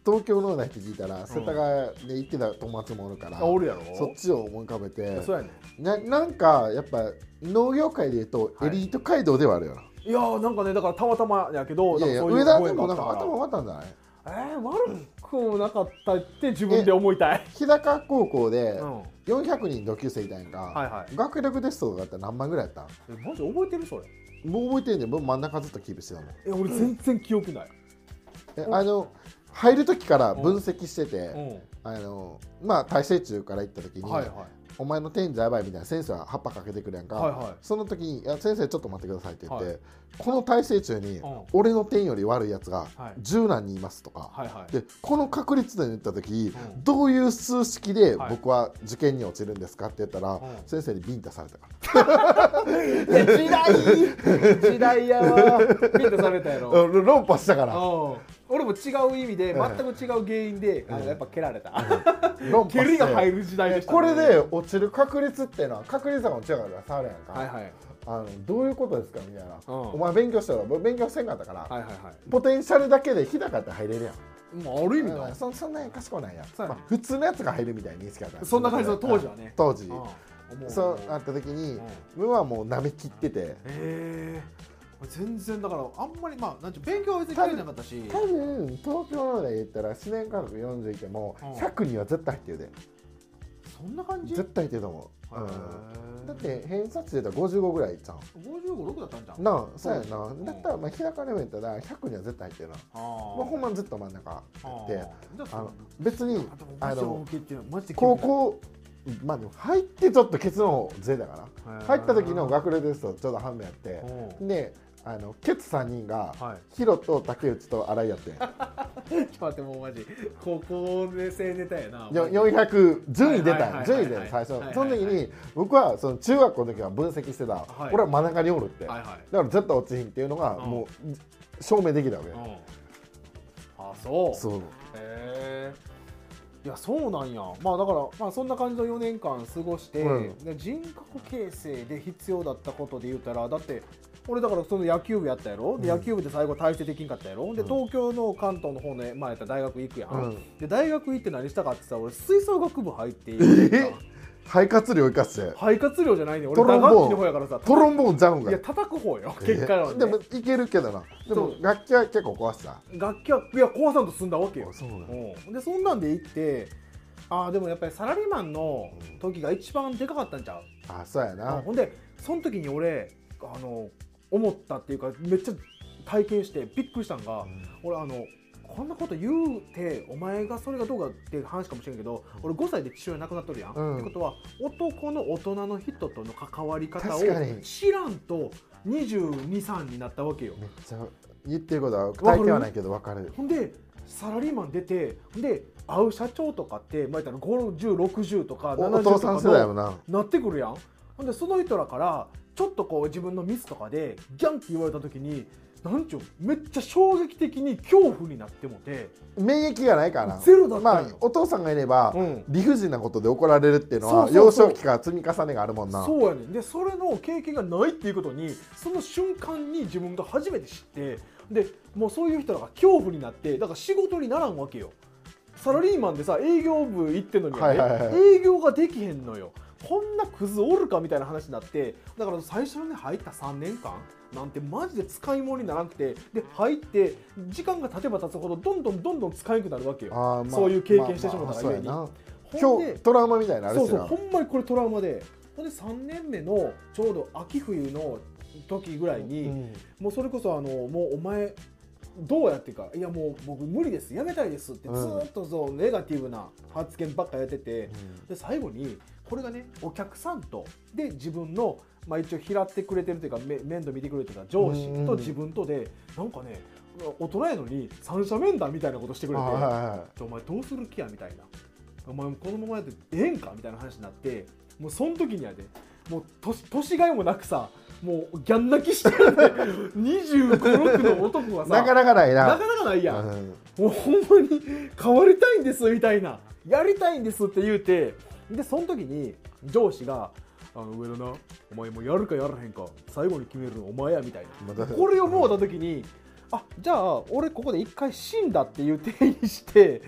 東京のだって聞いたら世田谷で行ってた友達もおるから、
あおるやろ
そっちを思い浮かべて
そうやね
ななんかやっぱ農業界でいうと
は
エ
い
リート街道ではあるよな、
いやーなんかねだからたまたまやけど
いやいや
なん
上
か
田
そうい
で
う
もなん
か
か
った
頭悪かったんじゃない
えー、悪くもなかったって自分で思いたい、
日高高校で
うん、はい
400人同級生いたんやんか、
はい
学力テストとかって何万ぐらいやった
えマジ覚えてるそれ
んもう覚えてんねん僕真ん中ずっとキープしてたもん
え俺全然記憶ない、
え
うん
あの入る時から分析してて、
うん
あのまあ大成中から行った時に、
はいはい
お前の天才やばいみたいな先生は葉っぱかけてくるやんか、
はいはい
その時にいや先生ちょっと待ってくださいって言って、
はい
この大成中に
うん
俺の点より悪いやつが
はい
十何人いますとか、
はいはい
でこの確率で言った時、
うん
どういう数式で
はい
僕は受験に落ちるんですかって言ったら、
ん
先生にビンタされたから、
いや 時代時代やわビンタされたやろ
うん論破したから
うん俺も違う意味で
はい
全く違う原因で、あのやっぱ蹴られた、
論破
蹴りが入
る
る時代でした、
これで落ちる確率っていうのは確率が落ちるから触るやんか、
はいはい
あのどういうことですかみたいな、
うん
お前勉強したら僕勉強せんかったから、
はいはいはい
ポテンシャルだけで日高って入れるやん
もうある意味だ、
そそんなに賢くないやん、
そうや
ま
ね
あ、普通のやつが入るみたいに認識あった
そんな感じの当時はね
当時、
うん思
そう
思
なった時に、
うん
ムはもう舐め切ってて
へえ全然だからあんまりまあなんちゅう勉強は別に嫌いじゃなかったし
多分東京ので言ったら自然科学40いても
うん
100には絶対入ってるで
そんな感じ
絶対入ってると思う、うん
だ
だっ
って
て偏差値で言ったら55ぐらいいっちゃう
556だったんじゃん
なあそうやな、
うん
だったらまあ日高レベルだったら100には絶対入ってるな、
あ
まあ、ほ
ー
んまにずっと真ん中やっ
あ
て
ーじゃ
あ
あ
の別に
あでもマ
あ
ジで
の
大きいっていうのはマジで興
高
味ない
校まあでも入ってちょっと結論ずれたか
へ
ら
ー
入った時の学力テストちょうど半分やって
うん
であのケツ3人が、
はい
ヒロと竹内と新井やってん
ちょっと待ってもうマジ高校で生ネタやな
よ400順位出
はい
た
はいはいは
ん
い
順位出たん最
はいはいは
初
い
その時に僕はその中学校の時は分析してた、
はい
俺は真ん中におるって、
はいは
だから絶対落ちひんっていうのが
うん
もう証明できたわけ、
いうんあそう
そう
へえいやそうなんやまあだから、まあ、そんな感じの4年間過ごして、
うん
で人格形成で必要だったことで言うたらだって俺だからその野球部やったやろ、で
うん
野球部で最後大してできんかったやろで
うん
東京の関東の方の、まあ、やったら大学行くやん、
うん
で大学行って何したかってさ俺吹奏楽部入って
え肺活量生かして
肺活量じゃないね俺
トロ
打
ンボーン
楽器の方やからさ
トロンボーンジャム
い
が
や叩く方よ結果は、
で
ね、
もいけるけどなでも
そ
楽器は結構壊した
楽器はいや壊さんと済んだわけよ
そうなん
うんでそんなんで行ってああでもやっぱりサラリーマンの時が一番でかかったんちゃう、
あそうや
うん
な
ほんでその時に俺あの思ったっていうかめっちゃ体験してびっくりしたんが、俺あのこんなこと言うてお前がそれがどうかっていう話かもしれんけど俺5歳で父親亡くなっとるやん、
うん
ってことは男の大人の人との関わり方を
確かに
知らんと223になったわけよ
めっちゃ言ってることは
かる
体験はないけど分かる
ほんでサラリーマン出てほんで会う社長とかってまあ言ったら5060とか
お
70
お
と
父さん
か
世代も
の
な
なってくるやんほんでその人らからちょっとこう自分のミスとかでギャンって言われた時になんちゅうめっちゃ衝撃的に恐怖になってもて
免疫がないから
ゼロだった
ま
ん
あ
よ
お父さんがいれば
うん
理不尽なことで怒られるっていうのは
そうそ
幼
うそう
少期から積み重ねがあるもんな
そうやねんでそれの経験がないっていうことにその瞬間に自分が初めて知ってでもうそういう人らが恐怖になってだから仕事にならんわけよサラリーマンでさ営業部行ってんのにはね、
はいはいは
営業ができへんのよこんなクズおるかみたいな話になってだから最初に、ね、入った3年間なんてマジで使い物にならなくてで入って時間が経てば経つほどどんどんどんどん使えなくなるわけよ
あーまあ
そういう経験してしまったがゆえに
まあまあ
ほん
そうやな
で
今日トラウマみたいなのある
そう
し
そう
な
ほんまにこれトラウマでほんで3年目のちょうど秋冬の時ぐらいに、
うん
もうそれこそあのもうお前どうやってかいやもう僕無理ですやめたいですってず
うん
ーっとそうネガティブな発言ばっかやってて、で最後にこれがねお客さんとで自分の、まあ、一応拾ってくれてるというかめ面倒見てくれてた上司
うんうん
と自分とでなんかね大人やのに三者面談みたいなことしてくれ
あ
て。
ーはいはいはい
お前どうする気やみたいなお前このままやってええんかみたいな話になってもうその時にやでもう年年がいもなくさもうギャン泣きしてるね25、6の男がさ
なかなかないな
なかなかないやん
うん
もうほんまに変わりたいんですみたいなやりたいんですって言うてでその時に上司が「あの上田なお前もうやるかやらへんか最後に決めるのお前や」みたい
ま
な
た
これをもうた時に「あじゃあ俺ここで一回死んだ」っていう定義して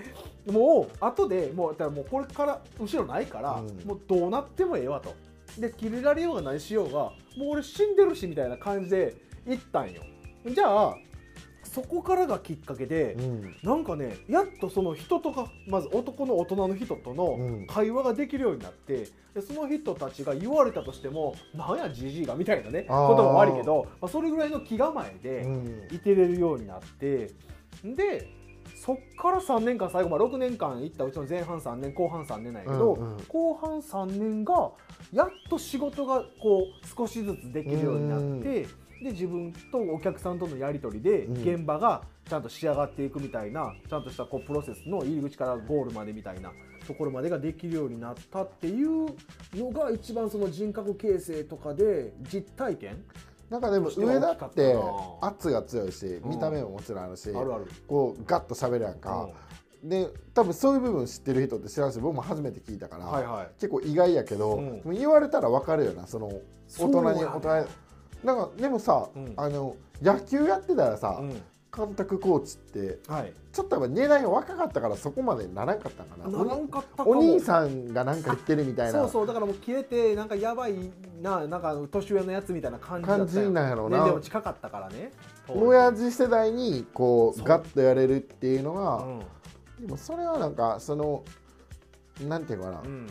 もう後でもうだからもうこれから後ろないから、
うん
もうどうなってもええわと。で切れられようが何しようがもう俺死んでるしみたいな感じで行ったんよ。じゃあそこからがきっかけで、
うん
なんかねやっとその人とかまず男の大人の人との
うん
会話ができるようになって、でその人たちが言われたとしてもなんやじじいがみたいなね言
あー
葉も悪いけど、まあ、それぐらいの気構え
う
で
ん
いてれるようになってでそっから3年間最後まあ6年間行ったうちの前半3年後半3年なんやけど、
うんうん
後半3年がやっと仕事がこう少しずつできるようになってで自分とお客さんとのやり取りで
うん
現場がちゃんと仕上がっていくみたいなちゃんとしたこうプロセスの入り口からゴールまでみたいなところまでができるようになったっていうのが一番その人格形成とかで実体験
なんかでも上だ
大
って
きかったな
圧が強いし
うん
見た目ももちろんあるし、
あるある。
こうガッと喋るやんか、で多分そういう部分知ってる人って知らんし僕も初めて聞いたから、
はいはい
結構意外やけど、
うん
でも言われたら分かるよなその大人に大人になんかでもさ、
うん
あの野球やってたらさ、
うん
監督コーチって
はい、
ちょっとやっぱ年代が若かったからそこまでならんかったんかな
ならんかったかも
お兄さんがなんか言ってるみたいな
そうそうだからもう切れてなんかやばいななんか年上のやつみたいな感じだったよ
感じなんやろうな
年齢も近かったからね
親父世代にこう
そう
ガッとやれるっていうの
う
が、
ん
でもそれはなんかそのなんていうのかな、
うん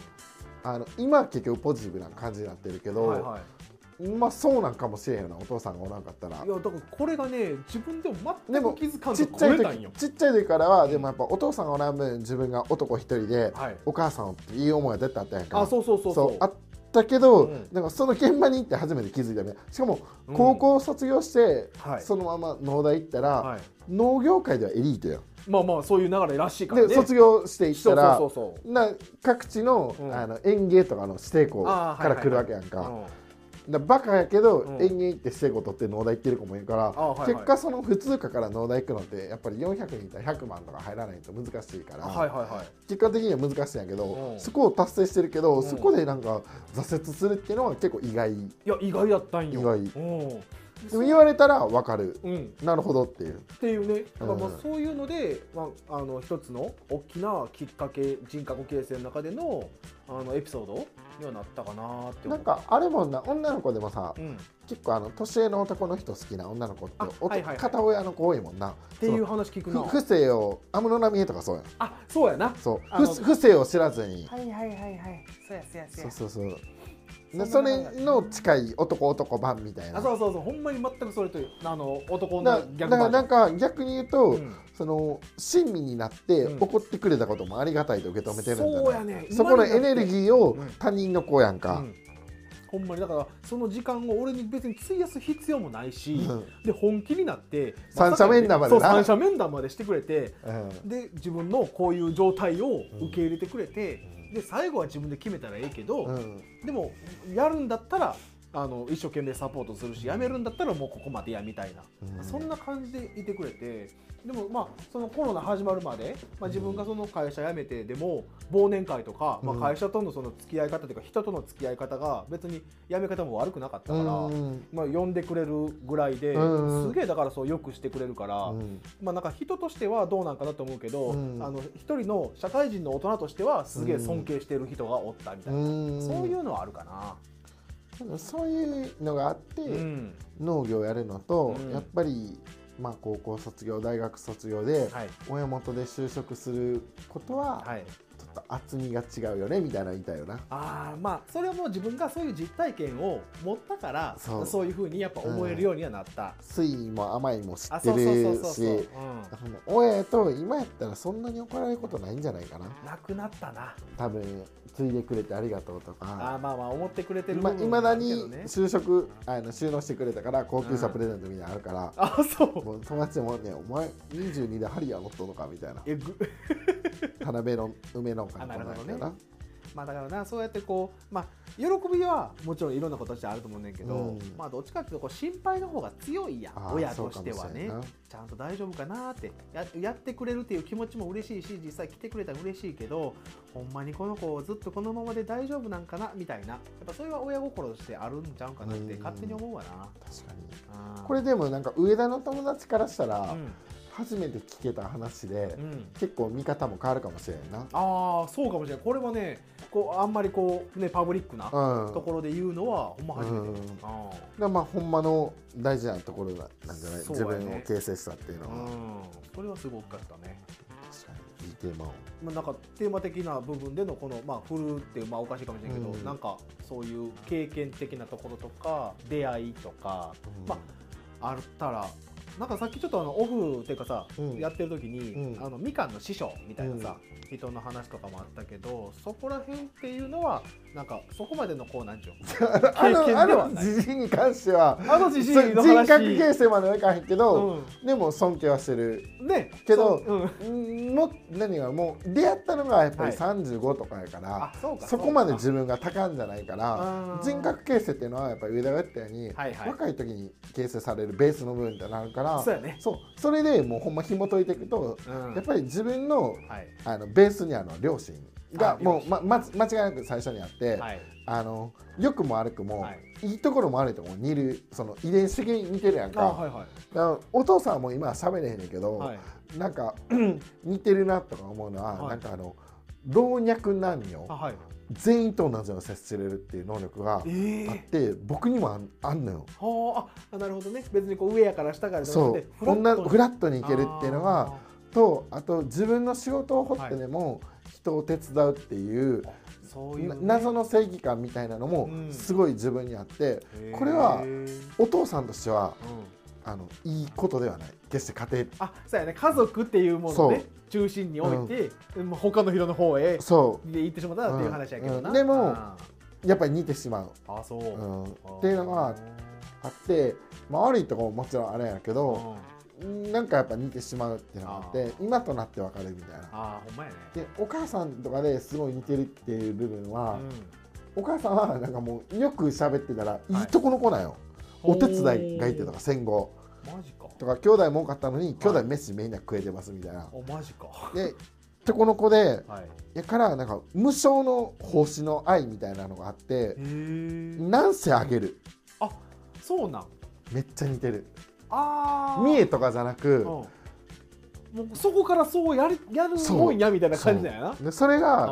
あの今は結局ポジティブな感じになってるけど、
はいはい
まあそうなんかもしれんよなお父さんがおらんかったら
いやだからこれがね自分でも
で
全
も
く気づかん
ち
と
っちゃい
超えたん
時
よ
ちっちゃい時からはでもやっぱお父さんがおらん分自分が男一人で、
はい
お母さんっていい思いは絶対あったやんか
あそうそうそうそう
あったけど、
うん
なんかその現場に行って初めて気づいたみたいなしかも
うん
高校卒業して、
はい
そのまま農大行ったら、
はい
農業界ではエリートやん
まあまあそういう流れらしいから
で
ね
卒業していっ
そ
た
うそう
ら
そうそう
な各地の,、
うん
あの園芸とかの指定校
あー
か
はいはい
ら
はい
来るわけやんか,、
うん
だバカやけど、
うん
園芸行って指定校取って農大行ってる子もいるから、
ーはいはい
結果その普通科から農大行くのってやっぱり400人いたら100万とか入らないと難しいから、
はいはいはい
結果的には難しいんやけど、
うん
そこを達成してるけ
う
ど、
ん
そこでなんか挫折するっていうのは結構意外で
いや意外だったんよ
意外
うん
も言われたら分かる
うん
なるほどってい
っ
う
ていうねだからまあ
うん
そういうので、まあ、あの一つの大きなきっかけ人格形成の中でのあのエピソードにはなったかなって思
な、
うん
かあれもんな女の子でもさ
うん、っ
結構あの年上の男の人好きな女の子って
あ
お
はいはいはい
片親の子多いもんな
ていう話聞く
ふ
な
不正を安室奈美恵とかそうやん
あそうやな
そう
あの
不不正を知らずに
はいはいはいはい。そうやそうやそう
そうそうそう
や。そん
で
な
それの近い男男版みたいな
あそうそうそうほんまに全くそれというあの男の
だだ
逆
か
バ
ら
ージョ
な
ン
んか逆に言うと、
うん
その親身になって
うん
怒ってくれたこともありがたいと受け止めてるんだな
そうやね
そこのエネルギーを
うん
他人の子やんか、
うんほんまにだからその時間を俺に別に費やす必要もないし、
うん
で本気になって
三者面談まで
そう
な
三者面談までしてくれて
うん
で自分のこういう状態を受け入れてくれて、で最後は自分で決めたらええけど、
うん
でもやるんだったらあの一生懸命サポートするしやめるんだったらもうここまでやみたいな、
うん
そんな感じでいてくれてでもまあそのコロナ始まるまで、まあ、自分がその会社辞めてでも忘年会とか、まあ、
うん
会社とのその付き合い方というか人との付き合い方が別に辞め方も悪くなかったから。
うん
まあ、呼んでくれるぐらいで、
うん
すげえだからそうよくしてくれるから、
うん
まあ、なんか人としてはどうなんかなと思うけど、
うん
あの一人の社会人の大人としてはすげえ尊敬してる人がおったみたいな、
うん
そういうのはあるかな。
そういうのがあって、
うん
農業やるのと、
うん
やっぱり、まあ、高校卒業大学卒業で、
はい
親元で就職することは、
はい、
ちょっと厚みが違うよねみたいなの言いたいよな。
ああまあそれはもう自分がそういう実体験を持ったからそ
そうう
いうふうにやっぱ思えるようにはなった。
酸いも甘いも知
あ
って
そうそうそう
る
そうそう、
しだからもう親やと今やったらそんなに怒られることないんじゃないかな
うん、なくなったな
多分継いでくれてありがとうと
あー
か
まあまあ思ってくれて
い
る
ま
部分も
未
あ
だ
るけど
に
ね
就職あの収納してくれたから高級車プレゼントみたいなのあるから、
あそう
もう友達もね「お前22で針やろっとのか」みたいな
えぐ
「田辺の梅農家
あ
の
なるほどね
な
まあだからなそうやってこうまあ喜びはもちろんいろんなことしてあると思うねんけど、
うん
まあどっちかっていうとこう心配の方が強いやん
あー
親としてはね
そうかもし
ちゃんと大丈夫かなってややってくれるっていう気持ちも嬉しいし実際来てくれたら嬉しいけどほんまにこの子ずっとこのままで大丈夫なんかなみたいなやっぱそれは親心としてあるんちゃうかなって
うん
勝手に思うわな。
確かに
あー
これでもなんか上田の友達からしたら
うん
初めて聞けた話で
うん
結構見方も変わるかもしれんな
ああそうかもしれないこれはねこうあんまりこうねパブリックな
うん
ところで言うのはほんま初めて、
うん
あ
でまあほんまの大事なところだなんじゃない、
そう
自
やね
分を形成したっていう
ー
の
う
は、
んそれはすごかったね、
確かにいいテーマを
まあ、なんかテーマ的な部分でのこの「まあ、振る」っていう、まあ、おかしいかもしれないけど、
うん
なんかそういう経験的なところとか出会いとか
うん
まあったらなんかさっきちょっとあのオフっていうかさ、
うん
やってる時に、
うん
あのみかんの師匠みたいなさ、人の話とかもあったけどそこら辺っていうのはなんかそこまでのこうなんちゅ うの
あ
経
の
験
あ
では
の
ない
じじいに関しては
あのじじいの話
人格形成まではいかへんけど、
うん
でも尊敬はしてる
ね
けど
そううん
んも何がもう出会ったのがやっぱり
はい
35とかやから、
あそうか
そこまで
そうか
自分が高んじゃないから
あー
人格形成っていうのはやっぱり上田が言ったように、
はいはい
若い時に形成されるベースの部分ってなるから
そうやね
そうそれでもうほんま紐解いていくと、
うん
やっぱり自分の
はい
あのベースにあるのは両親が
あ両
もうままず間違いなく最初にあって、
はい
あの良くも悪くも、
はい
い、いところも悪いところも似るその遺伝子的に似てるや
あ
んか、
はいは
だからお父さんはもう今は喋れへんねんけど、
いはい
なんか 似てるなとか思うのは、
はい
なんかあの老若男
あ
女
はい
全員と同じように接しれるっていう能力があっ
え
て、
え
僕にもあんあんのよ。
はああなるほどね別にこう上やから下からじゃな
そ
く
う
て
女フラ
ッ
ットにいけるっていうの
あ
がとあと自分の仕事を掘ってでも、人を手伝うっていう
ーそういうね、
な謎の正義感みたいなのも
うん
すごい自分にあって、
へー
これは
うん
お父さんとしてはあのいいことではない決して家
あそうやね家族っていうものをね
そ
中心に置いて、まあ他の人の方へ
庭そ
で行ってしまったらっていう話やけどな、
うんでも
あ
うやっぱり似てしまう、
ーあそう、
うん、っ
あー
ていうのがあって、まあ、悪いところももちろんあれやけ
う
ど
ん
なんかやっぱ似てしまうっていうのがあって今となってわかるみたいな。
あーほんまやね
でお母さんとかですごい似てるっていう部分は、
うん
お母さんはなんかもうよく喋ってたらいいとこの子なんよ、お手伝いがいてとか戦後
マジか
とか兄弟も多かったのに兄
はい
弟飯みんな食えてますみたいな。
おマジか
でとこの子で
はいへ
やからなんか無償の奉仕の愛みたいなのがあって
え
なんせあげる
あそうなん
めっちゃ似てる
ああ
三重とかじゃな
うん
く
もうそこからそうやるやる
そう
もんやみたいな感じだよな
でそれが、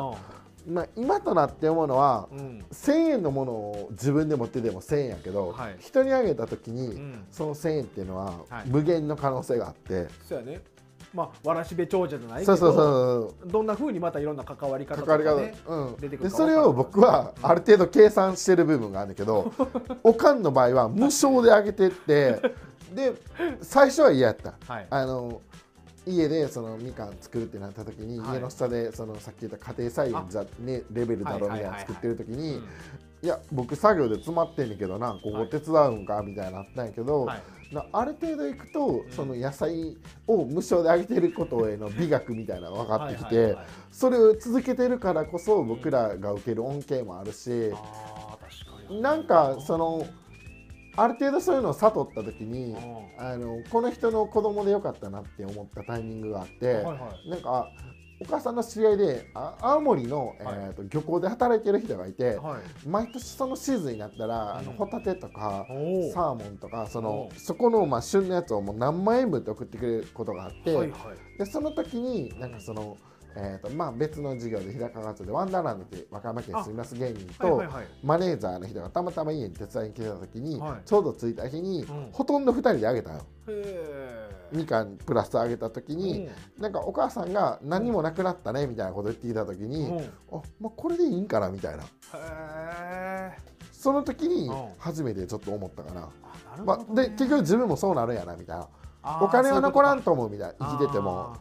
う
まあ、今となって思うのは
んうん
1,000円のものを自分で持ってでも1,000円やけど、
はい
人にあげた時に、
ん
その1,000円っていうのは
はい
無限の可能性があって、
そうやねまあわらしべ長者じゃないけど
そうそうそう
どんなふうにまたいろんな関わり方
関
とか
わり
ね
が、うん、
出て
で
くるか
それを僕は
うん
ある程度計算してる部分があるんだ けど、おかんの場合は無償であげてってで最初は嫌やった
はい
あの家でそのみかん作るってなった時に、
はい
家の下でそのさっき言った家庭菜園じゃねレベルだろうみた
は
いな
いはいはいはい
の作ってる時に、
う
い
ん
や僕作業で詰まってんねんけどなこ
は
こ
い
手伝うんかみたいなのあったんやけど、
はい
なある程度いくと、
ん
その野菜を無償であげてることへの美学みたいなのが分かってきて。
はいはいはい
それを続けてるからこそ僕らが受ける恩恵もあるし
あー確かに
なんかそのある程度そういうのを悟った時
うん
に
は
あのこの人の子供でよかったなって思ったタイミングがあっ
い
て
はい
なんかお母さんの知り合いであ青森の、え
はい
ー、と漁港で働いてる人がいて
はい
毎年そのシーズンになったらあの
うん
ホタテとか
おー
サーモンとかその
おう
そこのまあ旬のやつをもう何万円分って送ってくれることがあって。
はいはい
でその時になんかその、えーとまあ、別の授業で日高川町でワンダーランドっていう和歌山県に住みます芸人と、
はいはいはい
マネージャーの人がたまたま家に手伝いに来てた時に、
はい
ちょうど着いた日に、
うん
ほとんど2人であげたよ
へー
みかんプラスあげた時に、なんかお母さんが何もなくなったねみたいなこと言ってきた時
う
に、
んうん
あ
へ
まあ、これでいいんかなみたいな
え
その時に
うん
初めてちょっと思ったから、
あなる
ま
ほ
あ、
どね
で結局自分もそうなるんやなみたいな
あー
お金は残ら
そ
んと思うみたいな
ういうことか
生きてても
あ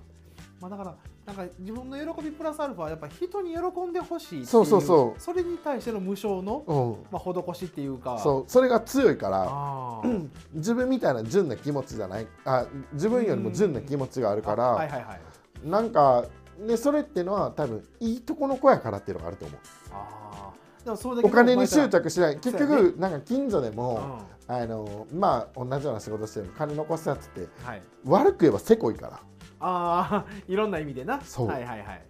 ーまあだからなんか自分の喜びプラスアルファはやっぱ人に喜んでほしいっていう
そうそうそう
それに対しての無償の、
うん
まあ、施しっていうか
そうそれが強いから。
あ ー
自分みたいな純な気持ちじゃないあ自分よりも純な気持ちがあるから、
はいはいはい
なんかでそれってのは多分いいとこの子やからっていうのがあると思う
あーでもそれだけ
お金に執着しない
そう
結
やね
局なんか近所で
うん
も、
は
あのまあ同じような仕事してる金残すやつって
い
悪く言えばせこいから
ああ いろんな意味でな
そう
はいはいはい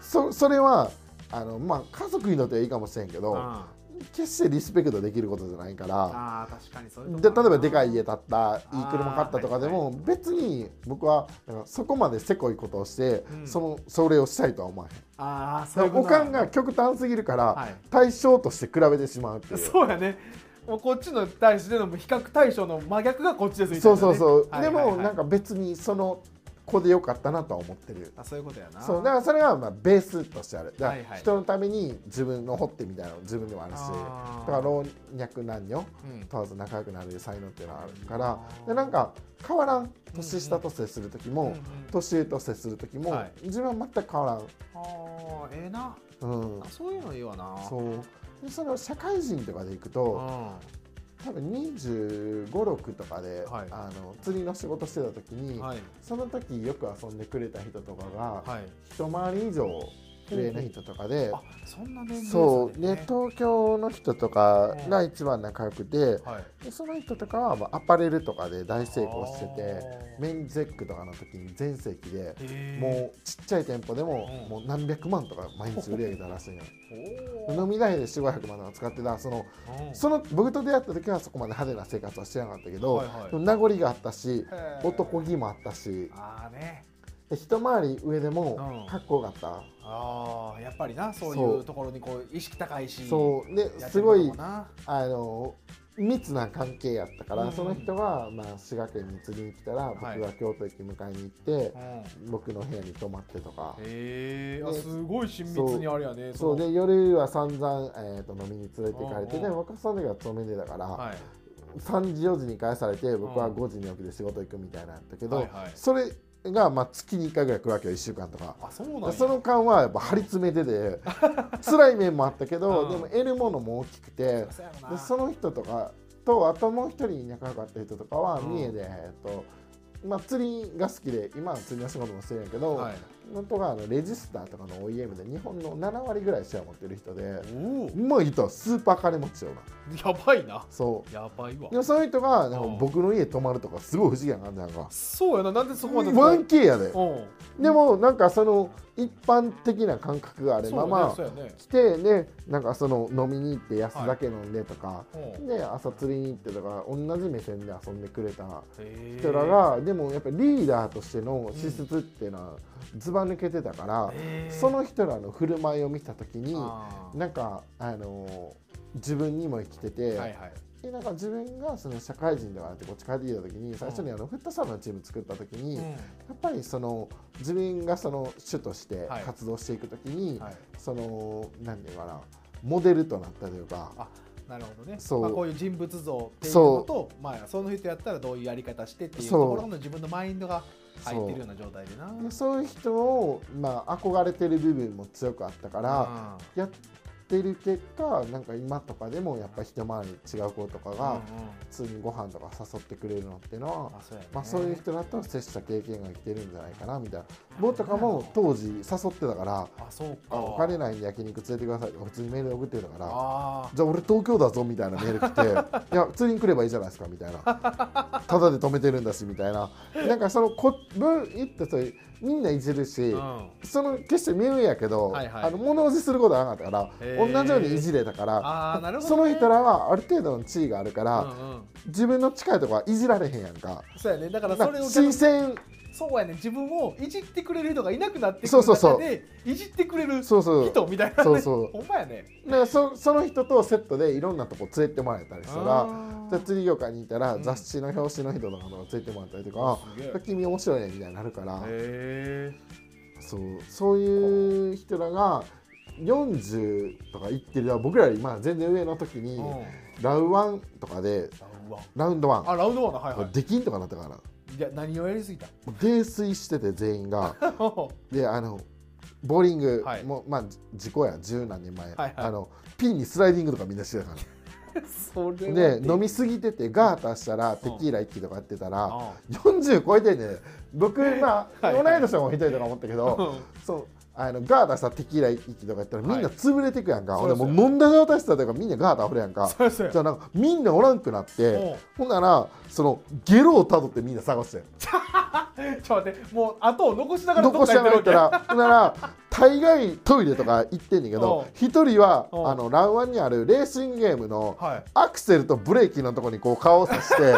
そそれはあの、まあ、家族にとってはいいかもしれんけど
あ
決してリスペクトできることじゃないから
あー確かにそれ
で例えばでかい家
と
建ったいい車買ったとかで
あー
も別に僕はなんかそこまでせこいことをして、
うん
そのそれをしたいとは思わへん。
ああそういうこ
お
とな
かんが極端すぎるから、
はい
対象として比べてしまうっていう そ
そうやねもうこっちの対してのも比較対象の真逆がこっちですみたいうなね
そうそう、
はいはいはい
でもなんか別にその子でよかったなとは思ってる
あそういうことやな
そうだからそれがまあベースとしてあるだか
はいは
ら
い
人のために自分の掘ってみたいなの自分でもあるし
あ
だ
ー
から老若男女
うん
問わず仲良くなれる才能っていうのはあるから
あー
でなんか変わらん年下と接する時も、
うんうん
年上と接する時も、
はい
自分は全く変わ
あーええな
らん、うん
あ、そういうのいいわな
そうでその社会人とかでいくと、
ん
多分2 5 6とかで、
はい
あの釣りの仕事してた時に、
はい
その時よく遊んでくれた人とかが、
はい
一回り以上上の人とかで、
あそんな年齢差
そう
で
ね東京の人とかが一番仲良くて、
はい
でその人とかはまあアパレルとかで大成功してて
あー
メンズエッグとかの時に全盛期で。
へー
もうちっちゃい店舗でも
うん
もう何百万とか毎日売り上げたらしいのよ
おー
飲み代で4 5 0 0万とか使ってたその
うん
その僕と出会った時はそこまで派手な生活はしてなかったけど、
はいはい
でも名残があったし
へー
男気もあったし
ああね
で一回り上で
うん
もかっこよかった、
ああやっぱりなそう
そ
いううところにこう意識高いし
そう
や
で
って
す
るの
ご
か
い
もな
あの密な関係やったから、
うん
その人は、まあ、滋賀県に釣りに来たら僕
はい
が京都駅迎えに行って、
うん
僕の部屋に泊まってとか。
へえ
ね
すごい親密にあれやね
そう
の
で夜は散々、えー、と飲みに連れて行かれて
うん
で
うん
僕はその時は勤めてたから、
はい
3時4時に返されて僕は
うん
5時に起きて仕事行くみたいなんだけど、
はいはい
それがまあ月に1回ぐらい来るわけよ1週間とか。
あそうなんや
その間はやっぱ張り詰め てて辛い面もあったけど、
うん
でも得るものも大きくて
そうやろな
でその人とかとあともう一人仲良かった人とかは
うん
三重で、えっとまあ、釣りが好きで今は釣りの仕事もしてるんやけど、
はい
なんとかあのレジスターとかの OEM で日本の7割ぐらいシェア持ってる人で
おお
もういいとスーパー金持ちよな
やばいな
そう
やばいわ
でもその人がなんか
うん
僕の家泊まるとかすごい不思議な感じなんか
そうやななんでそこまで
1K やで
うん
でもなんかその一般的な感覚があれ
そうや
ば
ね
ま
そ
あ
うやね
来てねなんかその飲みに行って安だけ飲んでとか、
うん
で朝釣りに行ってとか同じ目線で遊んでくれた
へー
人らがでもやっぱりリーダーとしての資質っていうのはずば抜けてたから、
へー
その人らの振る舞いを見た時に
あー
なんかあの自分にも生きてて、
はいはい
でなんか自分がその社会人だからってこっち帰ってきた時に最初にあのフットサルのチーム作った時に、
うん
やっぱりその自分がその主として
はい
活動していく時に、
はい
その何て言うかなモデルとなったというか
あなるほどね
そう
まあ、こういう人物像っていう
そう
のとまあ、その人やったらどういうやり方してっていう
そう
ところの自分のマインドが入ってるような状態でな
でそういう人を、まあ、憧れてる部分も強くあったから、やってる結果なんか今とかでもやっぱ一回り違う子とか
うんうんう
が
ん
普通にご飯とか誘ってくれるのっていうのは
あそうやね
まあ、そういう人だと接した経験が生きてるんじゃないかなみたいな僕とかも当時誘ってたから
あそう
あ
か
お金ないんで焼肉連れてくださいとか普通にメールで送ってたから
あ
じゃあ俺東京だぞみたいなメール来 ていや普通に来ればいいじゃないですかみたいなただで止めてるんだしみたいななんかそのこぶ言ってそういうみんないじるし、
ーうん
その決して目上やけど、
はいはい
あの物おじすることはなかったから
へ
同
ー
じようにいじれたから
あーなるほど、
その人らはある程度の地位があるから、
うんうん、
自分の近いとこはいじられへんやんか。
そうやねだから
な
それを逆
新
に
鮮
そうやね自分をいじってくれる人がいなくなってく
そう
る
そうそう
中でいじってくれる
そうそう
人みたいな、ね、
そうそう
ほんまやね
だからそその人とセットでいろんなとこ連れてもらえたりした
あ
ら
ー
じゃあ釣り業界にいたら
うん
雑誌の表紙の人とかも連れてもらったりとか、
すげえ
あ君面白いねみたいになるから
へ
そうそういう人らが40とか行ってるら僕らよりまあ全然上の時
え
に
うん
ラウワンとかで
ラウワン
ラウンドワン
あラウンドワンなはいはい
できんとかなったから
いや何をやりすぎた
泥酔してて全員が
は
であのボーリング
はい
も、まあ事故や十何年前、
はいはい
あのピンにスライディングとかみんなしてたから
それ
で飲
み
みすぎててガータしたらテキーラ1機とかやってたら
あ
40超えてんね僕まあ
はい
同い年のもひどいとか思ったけ
あ
どそうあのガータしたテキーラ1機とかやったらみんな潰れてくやんか、
はい
ほんでもう飲んだ状態したとかみんなガータあふれやんか
そうそう
じゃあなんかみんなおらんくなって
も
ほんならそのゲロをたどってみんな探してん
うちょっと待ってもう後を残しながらど
残
っ
し
か
て
行ってる
ない
わ
か
け
らほんなら大概トイレとか行ってんねんけど
うん
一人は
うん
あのラウワンにあるレーシングゲームの
はい
アクセルとブレーキのとこにこう顔をさして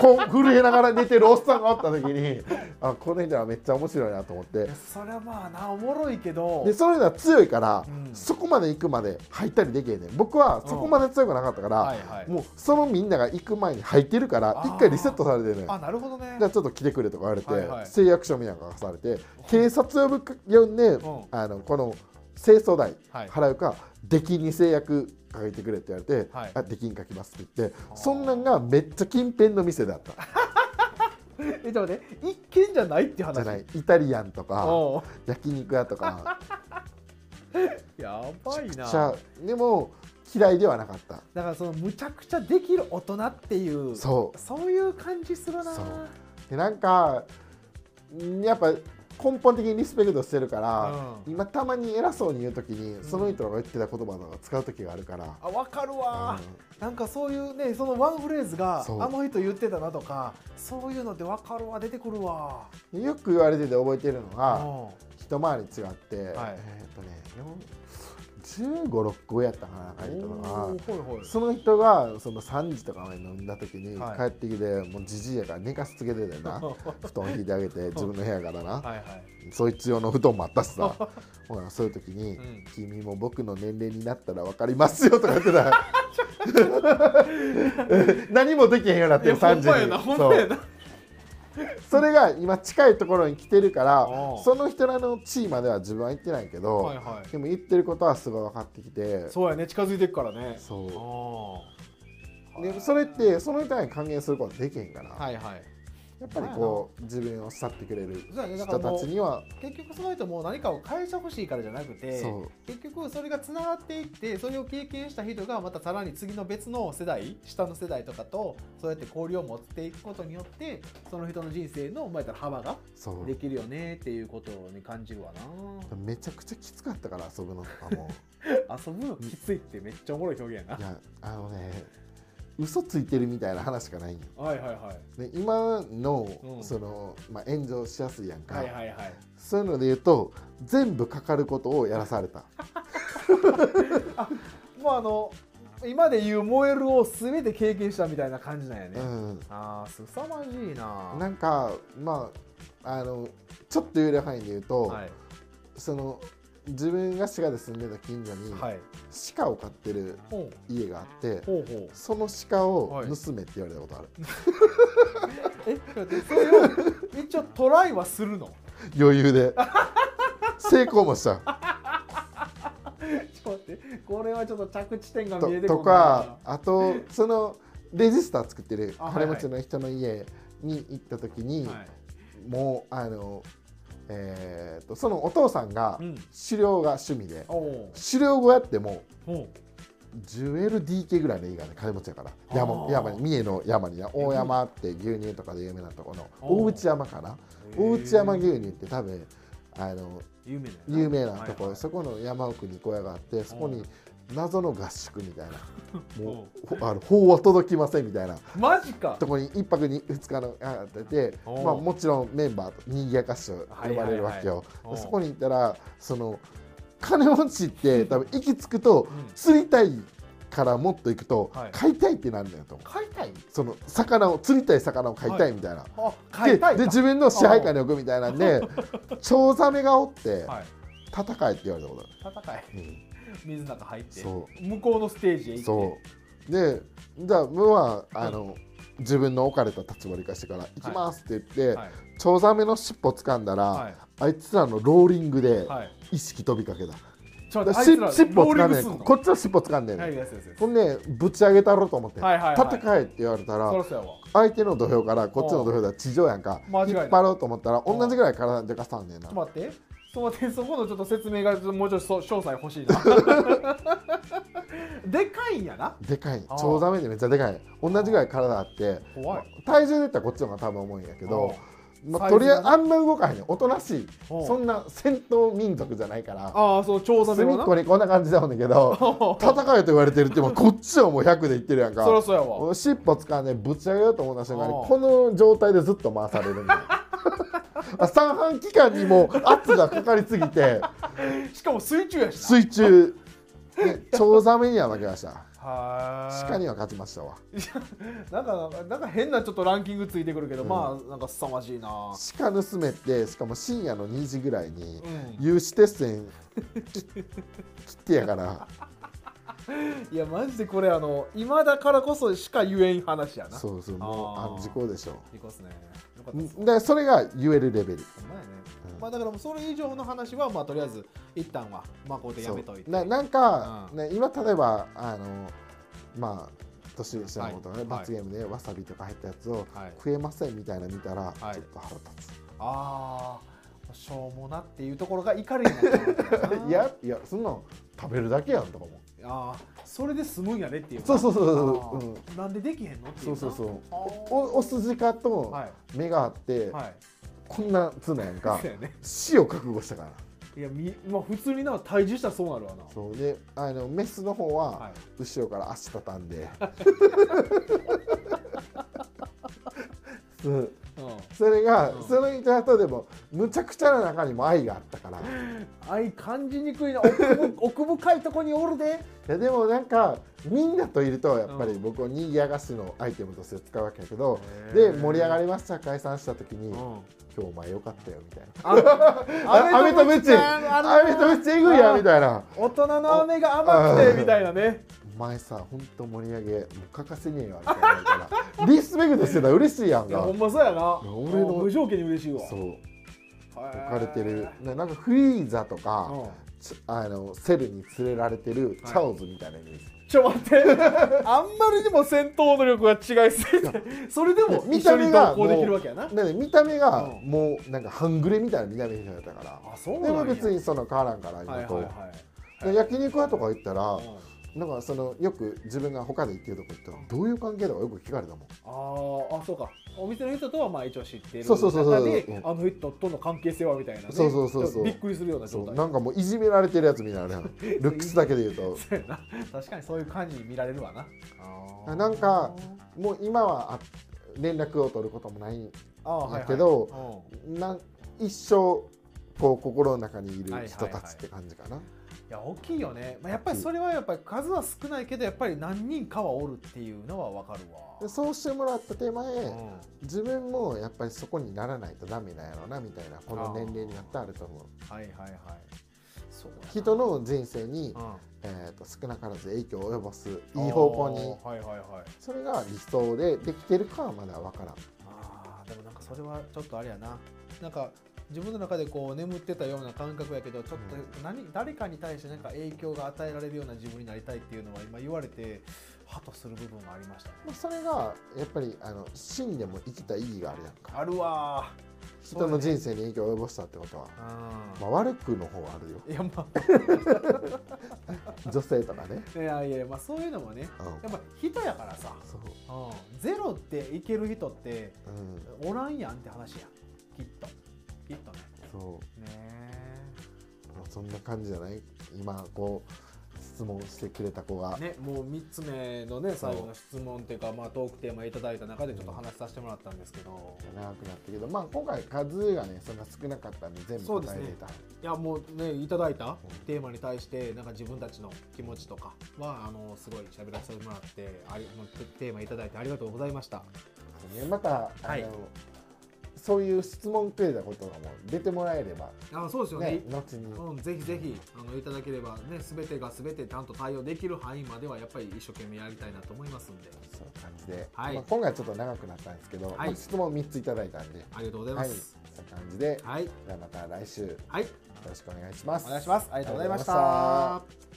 こう震えながら寝てるおっさんがおった時にあこの人はめっちゃ面白いなと思って
いやそれはまあなおもろいけど
でその人は強いから、
うん
そこまで行くまで入ったりできへんねん僕はそこまで強くなかったから、
はいはい
もうそのみんなが行く前に入ってるから
あー
一回リセットされてるねん
あなるほどね
じゃあちょっと来てくれとか言われて、
はいはい
誓約書みたいなのが書かされて警察呼ぶか呼んで、
ん
あのこの清掃代
はい
払うか、出禁に制約書いてくれって言われて、
はい
あ出禁書きますって言って
あー
そんなんがめっちゃ近辺の 店だった
えちょっと待って一軒じゃないっていう話
じゃないイタリアンとか
おう
焼肉屋と か
やばいな
じゃあでも嫌いではなかった
だからそのむちゃくちゃできる大人っていう
そう
そういう感じするな
そうでなんかんやっぱ根本的にリスペクトしてるから、
う
今たまに偉そうに言う時にその人が言ってた言葉とか使う時があるから、
あ分かるわ、
うん
なんかそういうねそのワンフレーズが
そう
あの人言ってたなとかそういうのって分かるわ出てくるわ
よく言われてて覚えてるの
う
が
ん
一回り違って、
はい
えーっとね1 5 6個やったかななんか言ったの
お
が
ーほいほい
その人がその3時とかまで飲んだ時に
はい
帰ってきて、もうじじいやから寝かしつけてたよ な布団引いてあげて自分の部屋からな、
はいはい
そいつ用の布団もあったし さほらそういう時に、
うん
君も僕の年齢になったら分かりますよ」とか言って た何もできへんようになってる3時
いやほんまや
に
なほん
そ
まや
う
な
それが今近いところに来てるから
おう
その人らの地位までは自分は行ってないけど、
はいはい
でも言ってることはすごい分かってきて
そうやね近づいてくからね
そう
あー
でそれってその人らに還元することはできへんから、
はいはい
やっぱりこう自分を去ってくれる
そうやねだから
人た
も
ちには
う結局その人も何かを返してほしいからじゃなくて
そう
結局それがつながっていってそれを経験した人がまたさらに次の別の世代下の世代とかとそうやって交流を持っていくことによってその人の人生のまあ言ったら幅が
そう
できるよねっていうことに感じるわな
めちゃくちゃきつかったから遊ぶのとかも
遊ぶのきついってめっちゃおもろい表現や
いやあのね嘘ついてるみたいな話しかないんよ
なはいはいはい
で今の、
うん
その、まあ、炎上しやすいやんか、
はいはいはい
そういうので言うと全部かかることをやらされた
もうあの今で言う燃えるを全て経験したみたいな感じなんやね、
うん
ああすさまじいな
なんかまああのちょっと言える範囲で言うと、
はい
その自分が滋賀で住んでた近所に、
はい
鹿を飼ってる
ほう
家があって
ほうほう
その鹿を
はい
盗めって言われたことある、
えちょっと待ってそれを一応トライはするの
余裕で成功もし
ち
た
ょっと待って、これはちょっと着地点が見え
と
て
と
こない
かあとそのレジスター作ってる
あはい
金持ちの人の家に行った時に、
な。はい
もうあの、えー、とそのお父さんが
うん
狩猟が趣味で、
おお
狩猟後やっても
お
10LDK ぐらいの家がね金持ちやから
あー
山山に三重の山にな大山って牛乳とかで有名なところ
お
の大内山かな大内山牛乳って多分あの
有名な
有名なところ、
はいはい
そこの山奥に小屋があってそこに謎の合宿み たいなもうほあの法は届きませんみたいな
マジか
とこに1泊に2日のあってて、
おう
まあ、もちろんメンバーと賑やかしと呼ばれるわけよ、
はいはいはい
そこに行ったらその金持ちって多分息つくと
うん
釣りたいからもっと行くと、
はい
買いたいってなるんだよと
飼いたい
その魚を釣りたい魚を買いたいみたいな。
あ飼いたい
でで自分の支配下に置くみたいなんで チョウザメがおって
はい
戦えって言われたことあ
戦い
る、
水の中入って
そ
向こうのステージへ行って
そうでじゃあ無はあの、自分の置かれた立場にかしてから「行きます」って言って、
はい
チョウザメの尻尾掴んだら、
はい
あいつらのローリングで
はい
意識飛びかけた、
ちょっ
だ
とあ
から
い
し
つ
尻
ら
尾
ローリ
掴
ングすんの
んでんねんこっちの尻尾掴んでんねん、
はいやすやすやす
ほんでぶち上げたろと思って、
はいはいはい
戦えって言われたら
そろそろやわ
相手の土俵からこっちの土俵では地上やんか
間違い
引
ない
っ張ろうと思ったら同じぐらい体でかさんねんな
ちょっと待って、ちょっと待って、そこのちょっと説明がもうちょっと詳細欲しいな。 でかいんやな
でかい
あー
長座目でめっちゃでかい同じぐらい体あって
怖い
体重でいったらこっちの方が多分重いんやけど、ま
サ
あ、
イズがね
とりあえずあんま動かへんねんおとなしい
うん
そんな戦闘民族じゃないから
ああその調査
隅
ではな
っこにこんな感じだもんねんけど戦えと言われてるってもうこっちはもう100でいってるやんか
そりゃそうやわ
尻尾つかんでぶち上げようと思った瞬間に
あー
この状態でずっと回される んだよ三半期間にもう圧がかかりすぎて
しかも水中やしな
水中ね長ザメには負けました
は
鹿には勝ちましたわ
なんかなんか変なちょっとランキングついてくるけど、まあなんか凄まじいな
鹿盗めってしかも深夜の2時ぐらいに
うん
有刺鉄 線き切ってやから
いやマジでこれあの今だからこそしか言えん話やな
そうそうもう
あー
あの時効でしょ
いこっすねよかったです
でそれが言えるレベル
ほんまやね
うん
まあだからもうそれ以上の話はまあとりあえず一旦はまあこうでやめといて
そうななんか、
うん
ね、今例えばあのまあ年下のことがね、
はい
罰ゲームでわさびとか入ったやつを
はい
食えませんみたいなの見たら、
はい
ちょっと腹立
ああしょうもなっていうところが怒りになってるわけだ
つ、
な
いやいやそんなん食べるだけやんとかも
ああそれで済むんやねっていう
そうそうそうそう
あ
うん
ーなんでできへんのっていう
そうそうそうう
あー
おお筋かと
はい
目があって、
はい
こんなツナやんか
そうやね
死を覚悟したから
いやみまあ普通にな退治したらそうなるわな
そうであのメスの方は、
はい
後ろから足畳んで そう
う
それが、
うん
その人だとでもむちゃくちゃな中にも愛があったからい
ん、愛感じにくいな奥ぶ奥深いとこにおるで
やでもなんかみんなといるとやっぱ
う
り
ん
僕をにぎやかしのアイテムとして使うわけやけど
へー
で盛り上がりました解散した時に「
う
今
ん
日お前よかったよ」みたいな「あ
あ
アメとムチアメとムチえぐいや」みたいな
大人の飴が甘く
あ
てみたいなね
「お前さほんと盛り上げもう欠かせねえよ」みたいな言われたらリスペクトしてたら嬉しいやん
いや
か
ほんまそうやない
や俺の
無条件に嬉しいわ
そうう置かれてるななんかフリーザとか、ちあのセルに連れられてるチャオズみたいなイメージ、
ちょ待って あんまりにも戦闘能力が違いすぎてそれでも
見
一
た
緒
目
に
が
同行できるわけやな
なんで見た目が
うん
もうなんか半グレみたいな見た目になったから
あそう
で
なん
も
や
別にその変わらんから
はい
今
はい
と、
はい
で
はい
焼肉屋とか行ったら
うん
なんかそのよく自分が他で行ってるとこ行ったらどういう関係とかよく聞かれたもん
あーあそうかお店の人とはまあ一応知ってる
そうそうそうそう
中で
うん
あの人との関係性はみたいなね
そうそうそう
ち
そう
ょっとびっくりするような
そ
状
う
態
なんかもういじめられてるやつみたいなルックスだけで言 うと
そうやな確かにそういう感じに見られるわなあー
なんかもう今はあ連絡を取ることもないん
あーはいはい
だけど
うん
なん一生こう心の中にいる人たちって感じかな、
いや大きいよね、まあ、やっぱりそれはやっぱり数は少ないけどやっぱり何人かはおるっていうのはわかる
で
わ
そうしてもらった手前、
うん
自分もやっぱりそこにならないとダメなんやろなみたいなこの年齢になったらあると思う
はいはいはいそうやな
人の人生に
う、ん
えー、と少なからず影響を及ぼすいい方向に
あーはいはいはい
それが理想でできてるかはまだわからん
あーでもなんかそれはちょっとあれやななんか自分の中でこう眠ってたような感覚やけどちょっと何、誰かに対してなんか影響が与えられるような自分になりたいっていうのは今言われてハッとする部分がありましたね
まあそれがやっぱりあの死んでも生きた意義があるやんか
あるわそう
人
だね
の人生に影響を及ぼしたってことは、
ー
まあ、悪くの方はあるよ
うんいやま
女性とかね、
あいやいやまあそういうのもね
うん、
やっぱ人やからさ
そう、
うんゼロっていける人って
うん、
おらんやんって話やんきっときっとね
そう
ね
まあそんな感じじゃない今こう質問してくれた子が、
えねもう3つ目のね
そう
最後の質問っていうか、まあ、トークテーマいただいた中でちょっと話させてもらったんですけど、
長くなったけどまあ今回数がねそんな少なかったんで全部答えていた、
いやもうねいただいたテーマに対してなんか自分たちの気持ちとかはあのすごい喋らせてもらってありもうテーマいただいてありがとうございました
ね、またあの、
はい
そういう質問くれたことがもう出てもらえれば
あそうですよね
ね後に
うん、ぜひぜひあのいただければね全てが全てちゃんと対応できる範囲まではやっぱり一生懸命やりたいなと思いますんで
そういう感じで、
はい
まあ、今回ちょっと長くなったんですけど、
はい
まあ質問3ついただいたんで
ありがとうございま
はい
す
そんな感じで、
はい
じゃあまた来週よ
はい、
ろしくお願いします
お願いしますありがとうございました
ありがとうございました